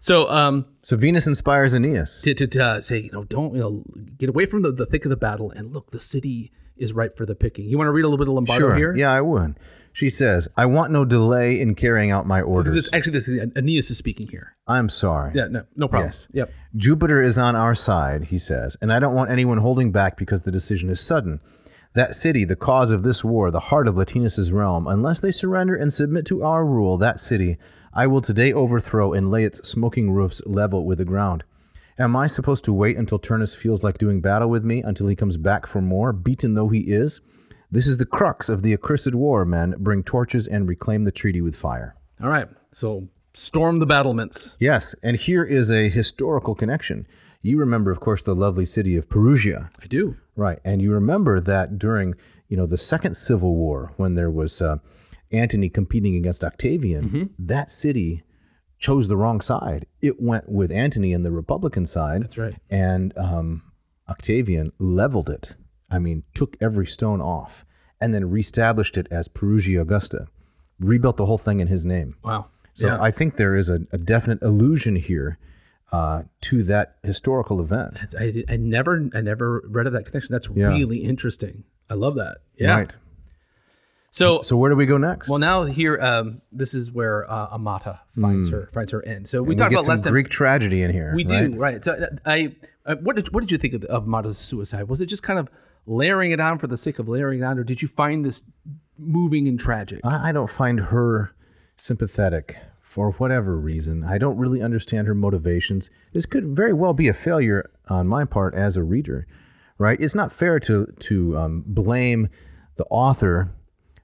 B: So um,
A: So Venus inspires Aeneas.
B: to, to, to uh, say, you know, don't you know, get away from the, the thick of the battle and look, the city is ripe for the picking. You want to read a little bit of Lombardo
A: Sure.
B: here?
A: Yeah, I would. She says, "I want no delay in carrying out my orders.
B: This actually, this is, Aeneas is speaking here.
A: I'm sorry.
B: Yeah, no, no problem. Yep.
A: Jupiter is on our side, he says, and I don't want anyone holding back because the decision is sudden. That city, the cause of this war, the heart of Latinus' realm, unless they surrender and submit to our rule, that city I will today overthrow and lay its smoking roofs level with the ground. Am I supposed to wait until Turnus feels like doing battle with me, until he comes back for more, beaten though he is? This is the crux of the accursed war, men. Bring torches and reclaim the treaty with fire.
B: All right. So storm the battlements.
A: Yes, and here is a historical connection. You remember, of course, the lovely city of Perugia,
B: I do.
A: right? And you remember that during, you know, the Second Civil War, when there was uh, Antony competing against Octavian,
B: Mm-hmm.
A: that city chose the wrong side. It went with Antony and the Republican side.
B: That's right.
A: And um, Octavian leveled it. I mean, took every stone off, and then reestablished it as Perugia Augusta. Rebuilt the whole thing in his name.
B: Wow.
A: So I think there is a, a definite allusion here uh, to that historical event.
B: That's- I, I never I never read of that connection. That's
A: Yeah.
B: really interesting. I love that. Yeah.
A: Right.
B: So
A: So where do we go next?
B: well now here um this is where uh, Amata finds her finds her end. So we
A: we
B: talked
A: get
B: about
A: some
B: last time.
A: Greek tragedy in here.
B: we
A: right?
B: do right. So uh, I uh, what did what did you think of, of Amata's suicide? Was it just kind of layering it on for the sake of layering it on, or did you find this moving and tragic?
A: I, I don't find her sympathetic for whatever reason. I don't really understand her motivations. This could very well be a failure on my part as a reader, right? It's not fair to to um, blame the author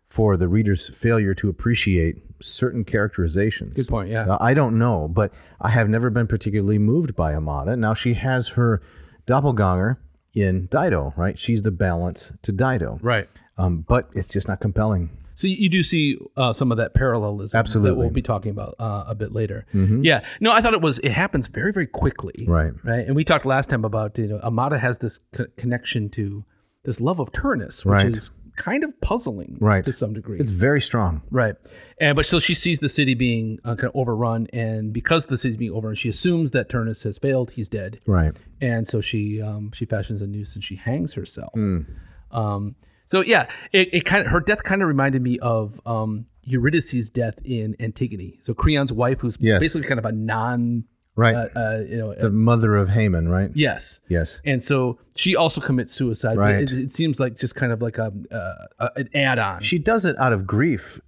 A: for the reader's failure to appreciate certain characterizations.
B: Good point, yeah.
A: Uh, I don't know, but I have never been particularly moved by Amada. Now she has her doppelganger in Dido, right? She's the balance to Dido.
B: right.
A: Um, but it's just not compelling.
B: So you- you do see uh, some of that parallelism that
A: Absolutely. Mm-hmm.
B: we'll be talking about uh, a bit later. Yeah, no, I thought it was it happens very very quickly,
A: Right.
B: Right, and we talked last time about you know Amada has this co- connection to this love of Turnus, which
A: Right.
B: is kind of puzzling,
A: Right.
B: to some degree.
A: It's very strong.
B: Right, and but so she sees the city being uh, kind of overrun, and because the city's being overrun, she assumes that Turnus has failed; he's dead
A: Right.
B: and so she um, she fashions a noose and she hangs herself.
A: Hmm.
B: Um, so yeah, it, it kind of her death kind of reminded me of um, Eurydice's death in Antigone. So Creon's wife, who's
A: Yes.
B: basically kind of a non,
A: Right.
B: uh, uh, you know,
A: the mother of Haman, right?
B: yes,
A: Yes.
B: and so she also commits suicide. but
A: Right.
B: It, it seems like just kind of like a, uh, a an add-on.
A: She does it out of grief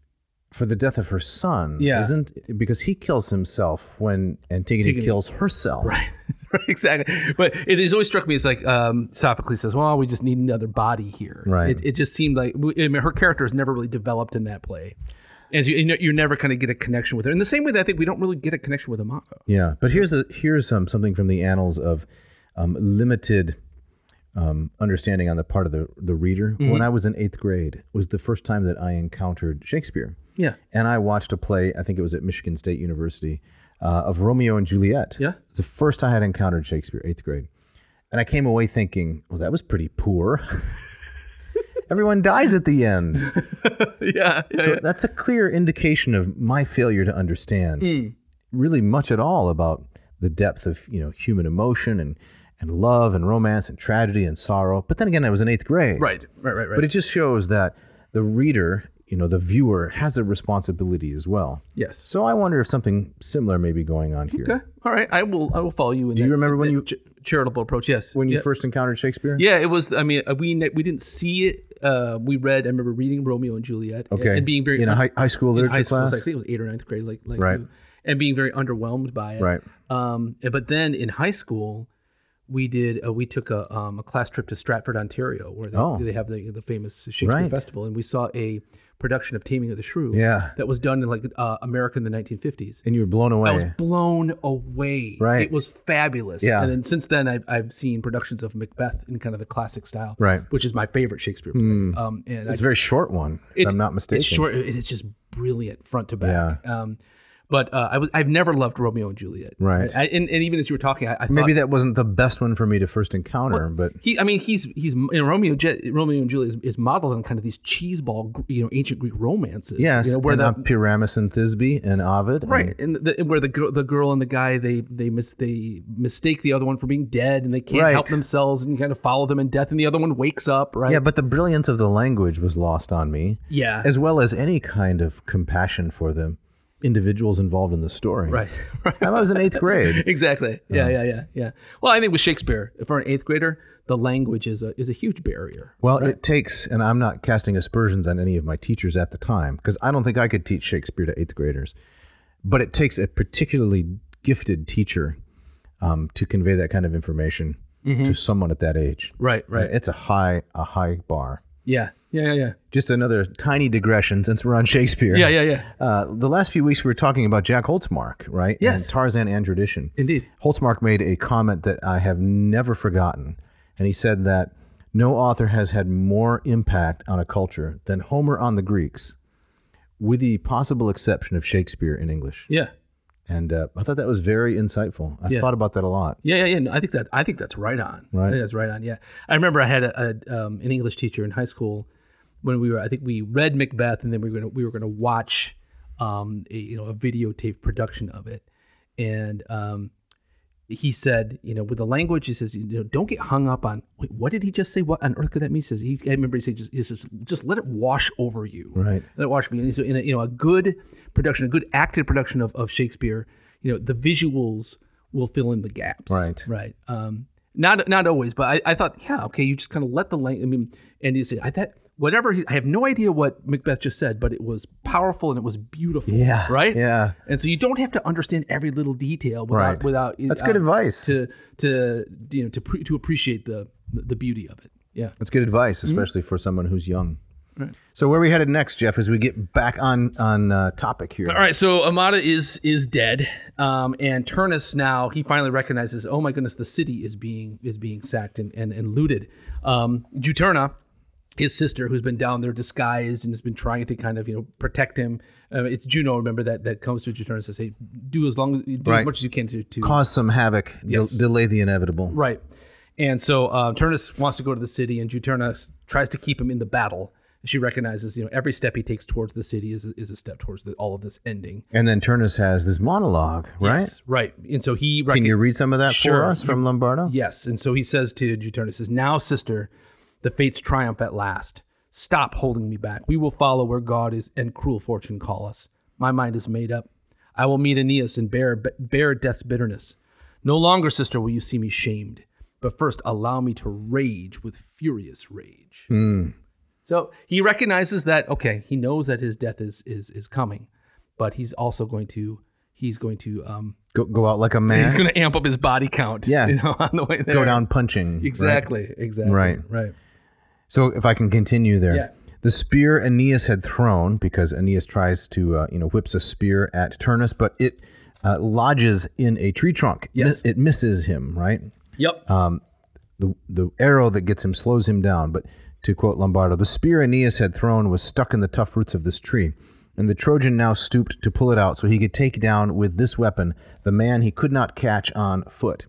A: for the death of her son,
B: Yeah.
A: isn't because he kills himself when Antigone, kills herself.
B: Right. Right, exactly, but it has always struck me as like um, Sophocles says, "Well, we just need another body here."
A: Right.
B: It, it just seemed like I mean, her character is never really developed in that play, and you you, know, you never kind of get a connection with her. In the same way that I think we don't really get a connection with Amato.
A: Yeah. But here's a here's um, something from the annals of um, limited um, understanding on the part of the the reader.
B: Mm-hmm.
A: When I was in eighth grade, was the first time that I encountered Shakespeare.
B: Yeah,
A: and I watched a play. I think it was at Michigan State University uh, of Romeo and Juliet.
B: Yeah.
A: it's the first I had encountered Shakespeare, eighth grade, and I came away thinking, "Well, that was pretty poor." Everyone dies at the end,
B: yeah, yeah.
A: so that's a clear indication of my failure to understand
B: Hmm.
A: really much at all about the depth of you know human emotion and and love and romance and tragedy and sorrow. But then again, I was in eighth grade,
B: right, right, right, right.
A: but it just shows that the reader you know, the viewer has a responsibility as well.
B: Yes.
A: So I wonder if something similar may be going on here.
B: Okay. All right. I will. I will follow you. In Do
A: you remember when you-
B: charitable approach? Yes.
A: When you
B: yeah.
A: first encountered Shakespeare?
B: Yeah, it was. I mean, uh, we ne- we didn't see it. Uh, we read. I remember reading Romeo and Juliet. and-
A: Okay.
B: And being very
A: in a
B: un-
A: high, high school
B: in
A: literature
B: high school,
A: class.
B: so I think it was eighth or ninth grade, like like
A: Right.
B: you, and being very underwhelmed by it.
A: Right.
B: Um. and- But then in high school, we did uh, we took a um a class trip to Stratford, Ontario, where they,
A: Oh.
B: they have the the famous Shakespeare
A: Right.
B: Festival, and we saw a production of Taming of the Shrew.
A: Yeah.
B: That was done in like uh, America in the 1950s.
A: and you were blown away.
B: I was blown away.
A: Right.
B: It was fabulous.
A: Yeah.
B: And then since then, I've, I've seen productions of Macbeth in kind of the classic style.
A: Right. Hmm.
B: Which is my favorite Shakespeare play. Um, and
A: it's a
B: I,
A: very short one, if
B: it-
A: I'm not mistaken.
B: It's short. It is just brilliant front to back. Yeah. Um, but uh, I was I've never loved Romeo and Juliet.
A: Right.
B: I, and, and even as you were talking, I, I
A: Maybe
B: thought
A: that wasn't the best one for me to first encounter, but
B: he. I mean, he's he's in Romeo Je- Romeo and Juliet is, is modeled on kind of these cheeseball, you know, ancient Greek romances.
A: yes,
B: You know, where
A: and
B: the
A: on Pyramus and Thisbe and Ovid. and-
B: right and the, where the girl the girl and the guy they they mis they mistake the other one for being dead and they can't
A: Right.
B: help themselves and you kind of follow them in death and the other one wakes up right
A: yeah, but the brilliance of the language was lost on me,
B: yeah
A: as well as any kind of compassion for the individuals involved in the story.
B: right
A: I was in eighth grade.
B: exactly yeah yeah yeah yeah well i think with shakespeare for an eighth grader the language is a is a huge barrier
A: Well, it takes, and I'm not casting aspersions on any of my teachers at the time, because I don't think I could teach Shakespeare to eighth graders, but it takes a particularly gifted teacher um, to convey that kind of information to someone at that age.
B: Mm-hmm. right right
A: It's a high, a high bar.
B: yeah yeah yeah yeah
A: Just another tiny digression since we're on Shakespeare.
B: yeah yeah yeah
A: Uh, the last few weeks we were talking about Jack Holtzmark, right?
B: Yes.
A: And Tarzan and tradition.
B: indeed
A: Holtzmark made a comment that I have never forgotten, and he said that no author has had more impact on a culture than Homer on the Greeks, with the possible exception of Shakespeare in English.
B: yeah
A: And uh, I thought that was very insightful. I thought about that a lot.
B: Yeah, yeah, yeah. No, I think that I think that's right on.
A: Right.
B: I think that's right on. Yeah, I remember I had a, a um, an English teacher in high school when we were. I think we read Macbeth, and then we were gonna we were gonna watch, um, a, you know, a videotape production of it, and um, he said, you know, with the language, he says, you know, don't get hung up on wait, what did he just say? What on earth could that mean? He says he, I remember he said, just, he says, just let it wash over you.
A: Right.
B: Let it wash over you. And so, in a, you know, a good production, a good acted production of, of Shakespeare, you know, the visuals will fill in the gaps.
A: Right.
B: Right. Um, not not always, but I, I thought, yeah, okay, you just kind of let the language. I mean, and you say, I that whatever he, I have no idea what Macbeth just said, but it was powerful and it was beautiful.
A: Yeah,
B: Right.
A: yeah.
B: And so you don't have to understand every little detail without
A: Right.
B: without uh,
A: That's good advice.
B: to to you know to pre- to appreciate the the beauty of it. Yeah.
A: That's good advice,
B: Mm-hmm.
A: especially for someone who's young. So where are we headed next, Jeff? As we get back on on uh, topic here.
B: All right. So Amada is is dead, um, and Turnus now he finally recognizes. Oh my goodness, the city is being is being sacked and and, and looted. Um, Juturna. His sister, who's been down there disguised and has been trying to kind of, you know, protect him. Uh, it's Juno, remember that that comes to Juturna and says, "Hey, do as long as do
A: Right.
B: as much as you can to, to
A: Cause some havoc. de-
B: Yes.
A: delay the inevitable.
B: Right. And so uh, Turnus wants to go to the city, and Juturna s- tries to keep him in the battle. She recognizes, you know, every step he takes towards the city is a, is a step towards the, all of this ending.
A: And then Turnus has this monologue, right?
B: Yes, right. And so he
A: Can
B: recognizes.
A: you read some of that
B: Sure.
A: for us from Lombardo?
B: Yes. And so he says to Juturna, says, Now, sister, the fates triumph at last. Stop holding me back. We will follow where God is and cruel fortune call us. My mind is made up. I will meet Aeneas and bear, bear death's bitterness. No longer, sister, will you see me shamed. But first, allow me to rage with furious rage.
A: Hmm.
B: So he recognizes that okay, he knows that his death is is is coming, but he's also going to he's going to um
A: Go, go out like a man.
B: he's going to amp up his body count.
A: Yeah.
B: you know, on the way there.
A: go down punching. right?
B: Exactly. Exactly.
A: Right.
B: Right.
A: So if I can continue there.
B: Yeah.
A: The spear Aeneas had thrown, because Aeneas tries to, uh, you know, whips a spear at Turnus, but it uh, lodges in a tree trunk.
B: Yes.
A: Mi- It misses him, right?
B: Yep.
A: Uh, The, the arrow that gets him slows him down. But to quote Lombardo, the spear Aeneas had thrown was stuck in the tough roots of this tree. And the Trojan now stooped to pull it out so he could take down with this weapon the man he could not catch on foot.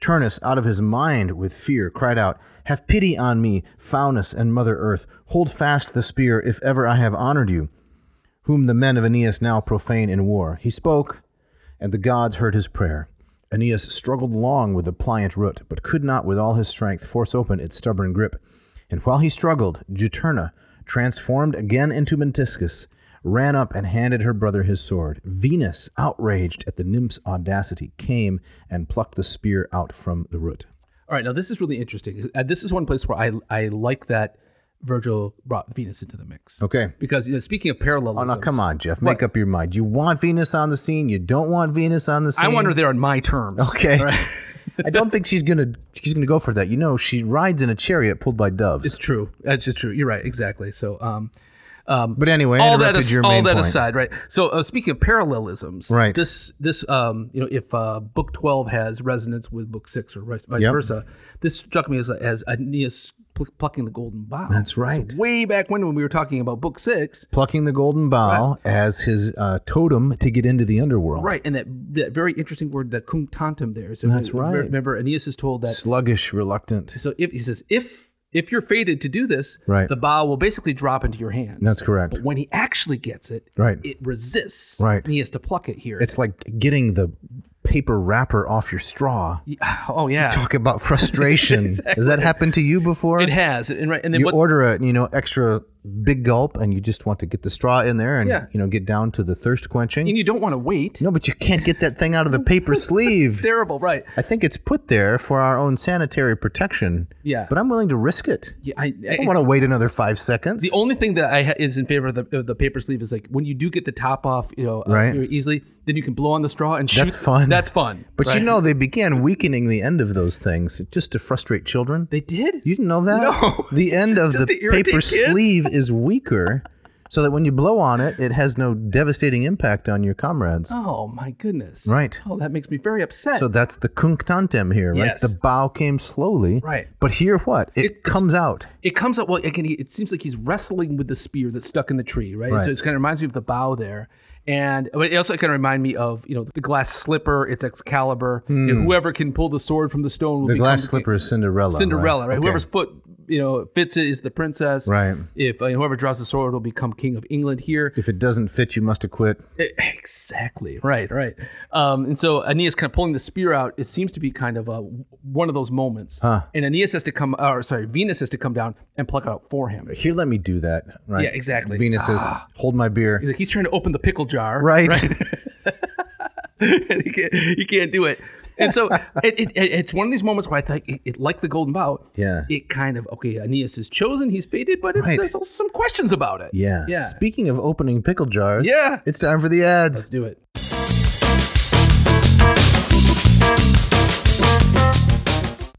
A: Turnus, out of his mind with fear, cried out, Have pity on me, Faunus and Mother Earth. Hold fast the spear if ever I have honored you, whom the men of Aeneas now profane in war. He spoke, and the gods heard his prayer. Aeneas struggled long with the pliant root, but could not with all his strength force open its stubborn grip. And while he struggled, Juturna, transformed again into Mentiscus, ran up and handed her brother his sword. Venus, outraged at the nymph's audacity, came and plucked the spear out from the root.
B: All right, now this is really interesting. Uh, this is one place where I I like that Virgil brought Venus into the mix.
A: Okay.
B: Because you know, speaking of parallelisms,
A: Oh, now come on, Jeff. Make up your mind. You want Venus on the scene? You don't want Venus on the scene?
B: I want her there on my terms.
A: Okay.
B: All right.
A: I don't think she's gonna she's gonna go for that. You know, she rides in a chariot pulled by doves.
B: It's true. That's just true. You're right. Exactly. So, um,
A: but anyway, I
B: all that
A: interrupted
B: as,
A: your
B: all
A: main
B: that
A: point.
B: aside, right? So, uh, speaking of parallelisms,
A: Right.
B: This this um, you know, if uh, book twelve has resonance with book six or vice, vice
A: Yep.
B: versa, this struck me as as Aeneas pl- plucking the golden bough.
A: That's right.
B: Way back when, when we were talking about book six,
A: Plucking the golden bough as his uh, totem to get into the underworld.
B: right? And that that very interesting word, the cum tantum, there. So
A: That's
B: if you
A: right.
B: Remember, Aeneas is told that
A: Sluggish, reluctant.
B: So if he says if if you're fated to do this,
A: Right.
B: the bow will basically drop into your hands.
A: That's correct.
B: But when he actually gets it,
A: Right.
B: it resists.
A: Right.
B: And he has to pluck it here.
A: It's like getting the paper wrapper off your straw.
B: oh yeah.
A: Talk about frustration. Has that happened to you before?
B: It has. And right and then
A: you
B: what
A: order a you know extra big gulp, and you just want to get the straw in there and
B: Yeah.
A: you know get down to the thirst quenching.
B: and you don't want to wait.
A: no, but you can't get that thing out of the paper sleeve.
B: It's terrible, right.
A: I think it's put there for our own sanitary protection.
B: Yeah.
A: But I'm willing to risk it.
B: Yeah, I,
A: I don't
B: I,
A: want to wait another five seconds.
B: the only thing that I ha- is in favor of the, of the paper sleeve is like when you do get the top off, you know, uh,
A: Right.
B: easily, then you can blow on the straw and shoot.
A: That's fun.
B: That's fun.
A: but you
B: right?
A: know, they began weakening the end of those things just to frustrate children.
B: they did.
A: you didn't know that?
B: No.
A: The end of the
B: Just to irritate
A: paper
B: kids?
A: sleeve is weaker so that when you blow on it, it has no devastating impact on your comrades.
B: oh my goodness.
A: Right.
B: Oh, that makes me very upset.
A: So that's the cunctantem here, right?
B: Yes.
A: The bow came slowly.
B: Right.
A: But here what? It,
B: It-
A: comes out.
B: it comes up well again he- it seems like he's wrestling with the spear that's stuck in the tree right,
A: Right.
B: so it kind of reminds me of the bow there and but it also kind of remind me of you know the glass slipper it's excalibur You know, whoever can pull the sword from the stone will
A: Hmm. The
B: become
A: glass
B: king.
A: slipper is Cinderella. right?
B: cinderella right,
A: Okay.
B: whoever's foot you know fits it is the princess
A: Right.
B: if uh, whoever draws the sword will become king of england here
A: If it doesn't fit, you must acquit.
B: Exactly. Right, right. Um, and so Aeneas kind of pulling the spear out, it seems to be kind of a, one of those moments. And Aeneas has to come, uh, or sorry, Venus has to come down and pluck it out for him.
A: Here, let me do that. Right.
B: Yeah, exactly. Ah.
A: Venus says, hold my beer.
B: He's like, he's trying to open the pickle jar.
A: right.
B: and he can't, he can't do it. And so it, it, it- it's one of these moments where I think, it, it, like the Golden Bough,
A: Yeah.
B: it kind of, okay, Aeneas is chosen, he's fated, but it's
A: Right.
B: there's also some questions about it.
A: Yeah.
B: Yeah.
A: Speaking of opening pickle jars,
B: Yeah.
A: it's time for the ads.
B: Let's do it.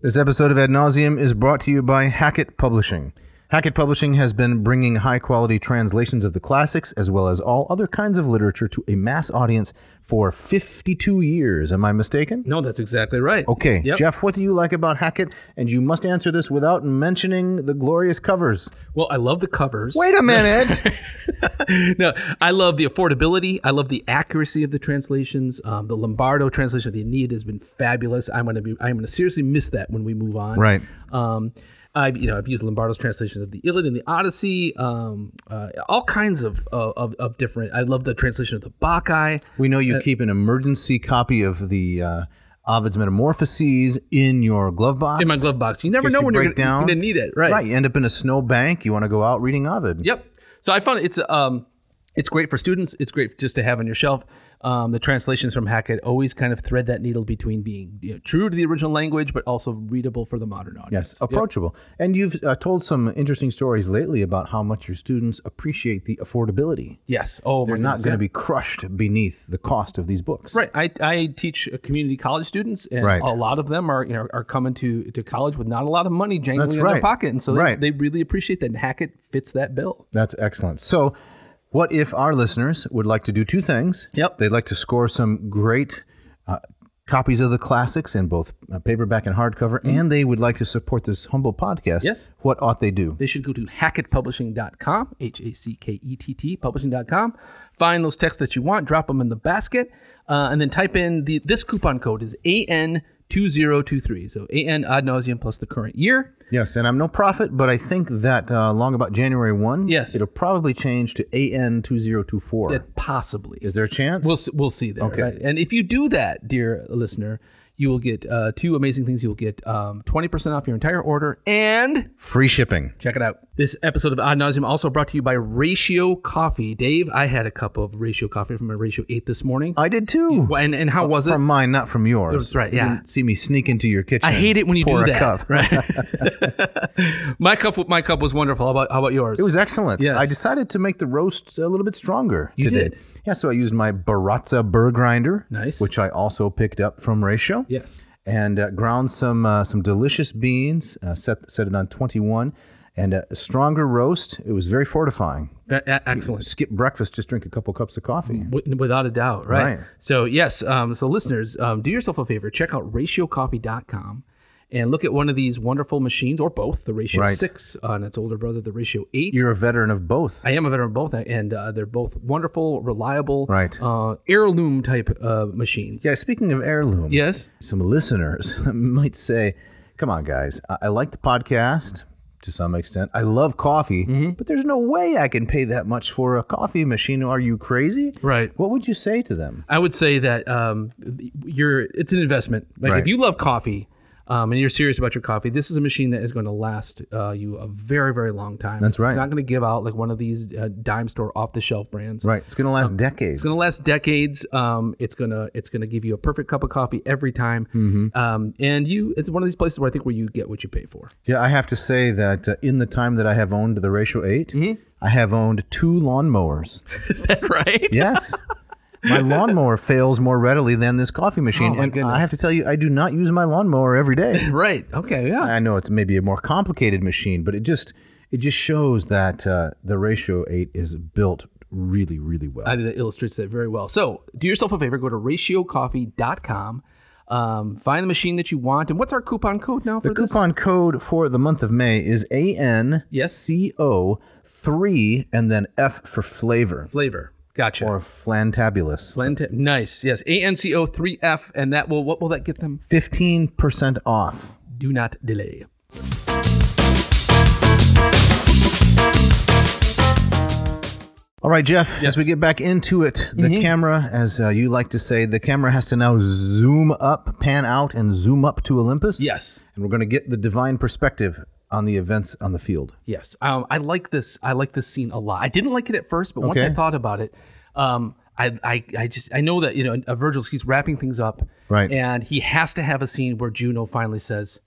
A: This episode of Ad Nauseum is brought to you by Hackett Publishing. Hackett Publishing has been bringing high quality translations of the classics as well as all other kinds of literature to a mass audience for 52 years. Am I mistaken?
B: No, that's exactly right.
A: Okay,
B: Yep.
A: Jeff, what do you like about Hackett? And you must answer this without mentioning the glorious covers.
B: Well, I love the covers.
A: Wait a minute!
B: no, I love the affordability. I love the accuracy of the translations. Um, the Lombardo translation of the Aeneid has been fabulous. I'm gonna be, I'm gonna seriously miss that when we move on.
A: Right.
B: Um, I've you know I've used Lombardo's translations of the Iliad and the Odyssey, um, uh, all kinds of, of of different. I love the translation of the Bacchae.
A: We know you keep an emergency copy of the uh, Ovid's Metamorphoses in your glove box.
B: in my glove box. You never
A: case
B: know
A: you
B: when you're
A: break
B: gonna,
A: down.
B: you're gonna need it, right?
A: Right. You end up in a snowbank. You want to go out reading Ovid.
B: Yep. So I found it's um, it's great for students. It's great just to have on your shelf. Um, the translations from Hackett always kind of thread that needle between being you know, true to the original language, but also readable for the modern audience.
A: Yes, approachable. And you've uh, told some interesting stories lately about how much your students appreciate the affordability.
B: Yes. Oh,
A: They're
B: my
A: not
B: goodness,
A: going
B: yeah.
A: to be crushed beneath the cost of these books.
B: Right. I, I teach uh, community college students, and
A: Right.
B: a lot of them are you know, are coming to, to college with not a lot of money jangling
A: That's
B: in
A: right.
B: their pocket, and so they,
A: Right.
B: they really appreciate that. And Hackett fits that bill.
A: That's excellent. So, what if our listeners would like to do two things?
B: Yep.
A: They'd like to score some great uh, copies of the classics in both uh, paperback and hardcover, and they would like to support this humble podcast.
B: Mm-hmm. Yes.
A: What ought they do?
B: They should go to hackettpublishing.com, H A C K E T T, publishing.com. Find those texts that you want, drop them in the basket, uh, and then type in the this coupon code is AN2023. So AN ad nauseum plus the current year.
A: Yes, and I'm no prophet, but I think that uh, long about January 1,
B: Yes.
A: it'll probably change to AN2024.
B: That possibly.
A: Is there a chance?
B: We'll, s- we'll see there.
A: Okay.
B: right? And if you do that, dear listener, you will get uh, two amazing things. You will get um, 20% off your entire order and
A: Free shipping.
B: check it out. This episode of Ad Nauseum also brought to you by Ratio Coffee. Dave, I had a cup of Ratio Coffee from a Ratio 8 this morning.
A: I did too.
B: Well, and, and how was it?
A: From mine, not from yours.
B: That's right,
A: You
B: yeah.
A: didn't see me sneak into your kitchen.
B: I hate it when you
A: pour
B: do
A: a
B: that.
A: cup.
B: Right. my cup, my cup was wonderful. How about how about yours?
A: It was excellent.
B: Yes.
A: I decided to make the roast a little bit stronger
B: You
A: today.
B: did.
A: Yeah, so I used my Baratza burr grinder,
B: Nice.
A: which I also picked up from Ratio,
B: yes.
A: and uh, ground some uh, some delicious beans. Uh, set set it on 21, and a stronger roast. It was very fortifying.
B: E- e- Excellent.
A: Skip breakfast, just drink a couple cups of coffee.
B: Wi- Without a doubt, right?
A: Right.
B: So, yes, um, so listeners, um, do yourself a favor. Check out ratiocoffee.com and look at one of these wonderful machines or both the Ratio
A: Right.
B: 6 uh, and its older brother, the Ratio 8.
A: You're a veteran of both.
B: I am a veteran of both, and uh, they're both wonderful, reliable,
A: Right.
B: uh, heirloom type uh, machines.
A: yeah. Speaking of heirloom,
B: Yes.
A: some listeners might say, "Come on, guys, I, I like the podcast to some extent. I love coffee,
B: Mm-hmm.
A: but there's no way I can pay that much for a coffee machine. Are you crazy?"
B: Right.
A: What would you say to them?
B: I would say that um, you're it's an investment. Like if
A: Right.
B: you love coffee um, and you're serious about your coffee, this is a machine that is going to last uh, you a very very long time.
A: That's
B: It's-
A: right.
B: It's not going to give out like one of these uh, dime store off the shelf brands.
A: Right. It's going to last decades.
B: Um, It's gonna last decades. Um, it's gonna it's gonna give you a perfect cup of coffee every time.
A: Mm-hmm.
B: Um, and you, it's one of these places where I think where you get what you pay for.
A: yeah, I have to say that uh, in the time that I have owned the Ratio 8,
B: Mm-hmm.
A: I have owned two lawnmowers.
B: is that right?
A: Yes. My lawnmower fails more readily than this coffee machine.
B: Oh, my
A: and I
B: goodness.
A: have to tell you, I do not use my lawnmower every day.
B: Right. Okay. Yeah.
A: I know it's maybe a more complicated machine, but it just it just shows that uh, the ratio eight is built really, really well.
B: I think that illustrates that very well. So do yourself a favor, go to ratiocoffee.com, um, find the machine that you want. And what's our coupon code now for
A: the
B: this?
A: coupon code for the month of May is A N C O three and then F for flavor
B: Flavor. Gotcha.
A: or flantabulous.
B: Flanta- nice. Yes. ANCO3F. And that will, what will that get them?
A: Fifteen percent off.
B: Do not delay.
A: All right, Jeff. As
B: Yes.
A: we get back into it, the camera, as uh, you like to say, the camera has to now zoom up, pan out, and zoom up to Olympus.
B: Yes.
A: And we're going to get the divine perspective on the events on the field.
B: Yes. Um, I like this. I like this scene a lot. I didn't like it at first, but once
A: Okay.
B: I thought about it, um, I, I, I just, I know that, you know, uh, Virgil's, he's wrapping things up.
A: Right.
B: And he has to have a scene where Juno finally says,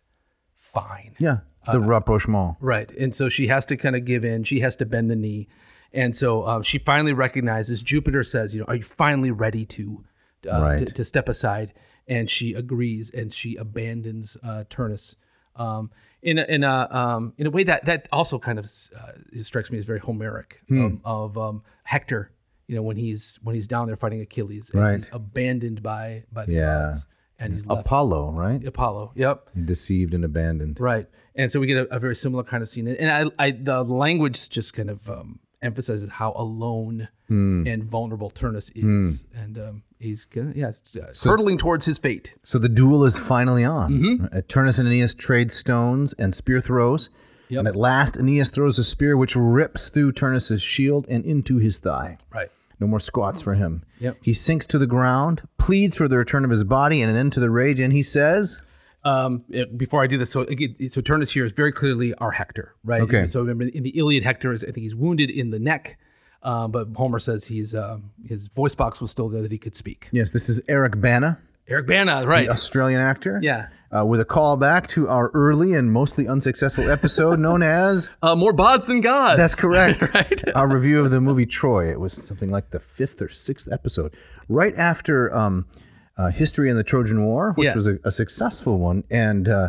B: fine.
A: Yeah,
B: Uh,
A: the rapprochement.
B: Right. And so she has to kind of give in. She has to bend the knee. And so um, she finally recognizes Jupiter says, you know, are you finally ready to, uh,
A: Right.
B: to, to step aside? And she agrees and she abandons uh, Turnus. Um, in a, in a um, in a way that that also kind of uh, strikes me as very Homeric
A: Hmm.
B: um, of um, Hector, you know when he's when he's down there fighting Achilles, and
A: Right.
B: He's abandoned by by the
A: Yeah.
B: gods, and he's left
A: Apollo, right?
B: Apollo. Yep,
A: Deceived and abandoned.
B: Right. And so we get a, a very similar kind of scene. And I, I the language just kind of um, emphasizes how alone and vulnerable Turnus is. And um, he's, gonna, yeah, it's, uh, hurtling towards his fate.
A: So the duel is finally on.
B: Mm-hmm.
A: Uh, Turnus and Aeneas trade stones and spear throws. And at last, Aeneas throws a spear which rips through Turnus's shield and into his thigh.
B: Right.
A: No more squats for him.
B: Yep.
A: He sinks to the ground, pleads for the return of his body and an end to the rage, and he says,
B: Um, uh, before I do this, so again, so Turnus here is very clearly our Hector, right?
A: Okay.
B: So remember in the Iliad, Hector is I think he's wounded in the neck, um, but Homer says he's um, his voice box was still there that he could speak.
A: Yes, this is Eric Bana,
B: Eric Bana, right?
A: Australian actor.
B: Yeah.
A: Uh, with a callback to our early and mostly unsuccessful episode known as
B: Uh, more bods than gods.
A: That's correct.
B: Right.
A: Our review of the movie Troy. It was something like the fifth or sixth episode, right after um, uh, History and the Trojan War, which
B: Yeah.
A: was a, a successful one, and uh,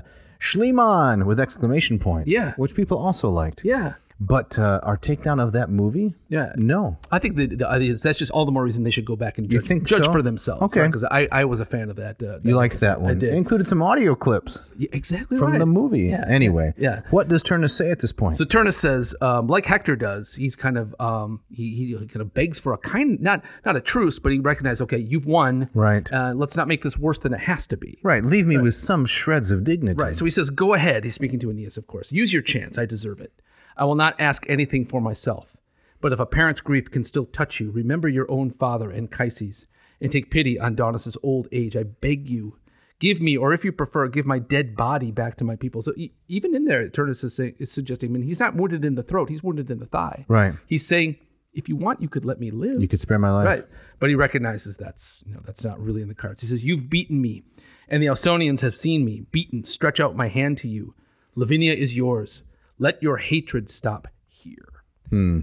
A: Schliemann with exclamation points.
B: Yeah.
A: which people also liked.
B: yeah.
A: But uh, our takedown of that movie.
B: Yeah.
A: No.
B: I think the, the idea is that's just all the more reason they should go back and judge,
A: think
B: judge
A: so?
B: for themselves.
A: Okay.
B: Because I, I was a fan of that. Uh,
A: You liked that one.
B: I did.
A: It included some audio clips
B: Yeah, exactly
A: from
B: right.
A: the movie.
B: Yeah,
A: anyway,
B: yeah, yeah.
A: What does Turner say at this point?
B: So Turnus says, um, like Hector does, he's kind of um, he, he kind of begs for a kind not not a truce, but he recognizes, okay, you've won.
A: Right.
B: Uh, let's not make this worse than it has to be.
A: right. Leave me with some shreds of dignity.
B: Right. So he says, Go ahead. He's speaking to Aeneas, of course. Use your chance. I deserve it. I will not ask anything for myself. But if a parent's grief can still touch you, remember your own father, Anchises, and take pity on Daunus' old age. I beg you, give me, or if you prefer, give my dead body back to my people. So e- even in there, Tertius is, saying, is suggesting, I mean, he's not wounded in the throat, he's wounded in the thigh.
A: Right.
B: He's saying, if you want, you could let me live.
A: You could spare my life.
B: Right. But he recognizes that's you know, that's not really in the cards. He says, You've beaten me, and the Ausonians have seen me, beaten. Stretch out my hand to you. Lavinia is yours. Let your hatred stop here. And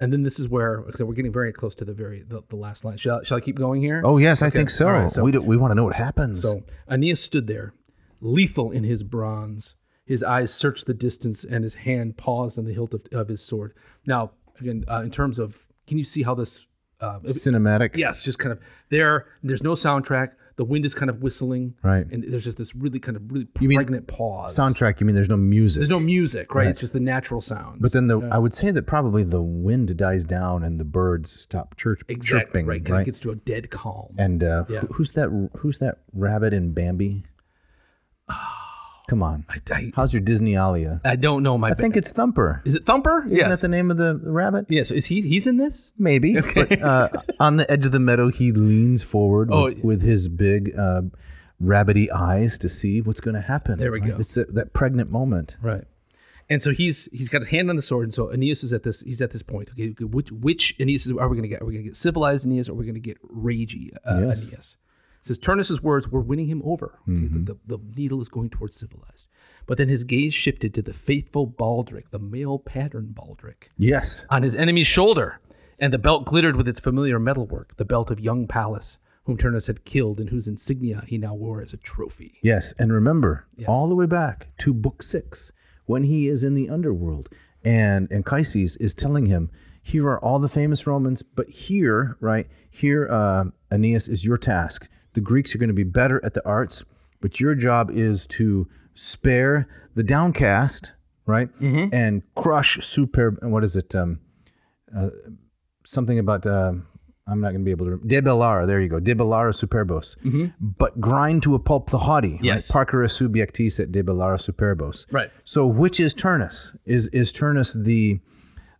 B: then this is where so we're getting very close to the very the, the last line. Shall, shall I keep going here?
A: Oh yes, I think so.
B: All right, so-
A: we do, we want to know what happens.
B: So Aeneas stood there, lethal in his bronze. His eyes searched the distance, and his hand paused on the hilt of, of his sword. Now, again, uh, in terms of, can you see how this uh,
A: Cinematic.
B: yes, just kind of there. There's no soundtrack. The wind is kind of whistling,
A: Right.
B: And there's just this really kind of really
A: mean
B: pregnant pause.
A: Soundtrack. You mean there's no music?
B: there's no music, right? It's just the natural sounds.
A: But then the I would say that probably the wind dies down and the birds stop chirp,
B: exactly,
A: chirping.
B: right? Kind of gets to a dead calm.
A: And uh, who- who's that? Who's that rabbit in Bambi? Come on.
B: I, I,
A: How's your Disneyalia?
B: I don't know my.
A: I think it's Thumper.
B: is it Thumper?
A: Isn't
B: Yes.
A: that the name of the rabbit?
B: yeah. So is he? He's in this.
A: Maybe. But, uh, on the edge of the meadow, he leans forward
B: Oh,
A: with, with his big uh, rabbity eyes to see what's going to happen. There
B: we go.
A: It's that, that pregnant moment.
B: Right. And so he's he's got his hand on the sword, and so Aeneas is at this he's at this point. Okay, okay, which which Aeneas is, are we going to get? Are we going to get civilized Aeneas, or are we going to get ragey uh,
A: Yes.
B: Aeneas? It says Turnus's words were winning him over. Okay, the, the, the needle is going towards civilized, but then his gaze shifted to the faithful baldric, the male pattern baldric,
A: Yes.
B: on his enemy's shoulder, and the belt glittered with its familiar metalwork, the belt of young Pallas, whom Turnus had killed and whose insignia he now wore as a trophy.
A: Yes, and remember all the way back to book six when he is in the underworld and Anchises is telling him, "Here are all the famous Romans, but here, right here, uh, Aeneas is your task. The Greeks are going to be better at the arts, but your job is to spare the downcast, right, and crush superb. What is it? Um, something about uh, I'm not going to be able to de bellara. There you go, de bellara superbos. But grind to a pulp the haughty.
B: Mm-hmm. Yes.
A: right? Parcere subjectis et de bellara superbos.
B: Right.
A: So which is Turnus? Is is Turnus the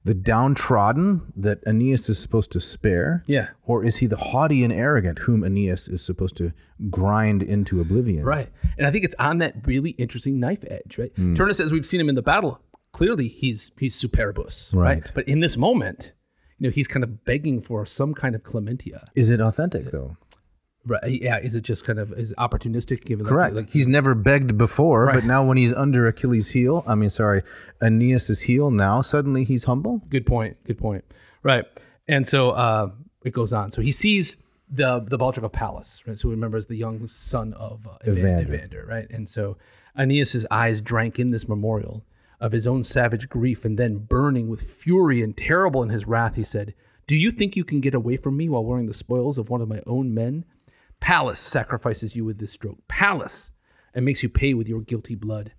A: the downtrodden that Aeneas is supposed to spare?
B: Yeah.
A: Or is he the haughty and arrogant whom Aeneas is supposed to grind into oblivion?
B: Right. Hmm. And I think it's on that really interesting knife edge, right? Turnus, as we've seen him in the battle, clearly he's he's superbus. Right.
A: Right.
B: But in this moment, you know, he's kind of begging for some kind of clementia.
A: Is it authentic though?
B: Right. Yeah. Is it just kind of is it opportunistic given that-
A: Correct.
B: like
A: he's never begged before, but now when he's under Achilles' heel, I mean, sorry, Aeneas' heel, now suddenly he's humble.
B: good point. Good point. Right. And so uh, it goes on. So he sees the the Baldric of Pallas, right? So he remembers the young son of uh, Evan-
A: Evander.
B: Evander. right? And so Aeneas's eyes drank in this memorial of his own savage grief, and then burning with fury and terrible in his wrath, he said, "Do you think you can get away from me while wearing the spoils of one of my own men? Pallas sacrifices you with this stroke. Pallas, and makes you pay with your guilty blood."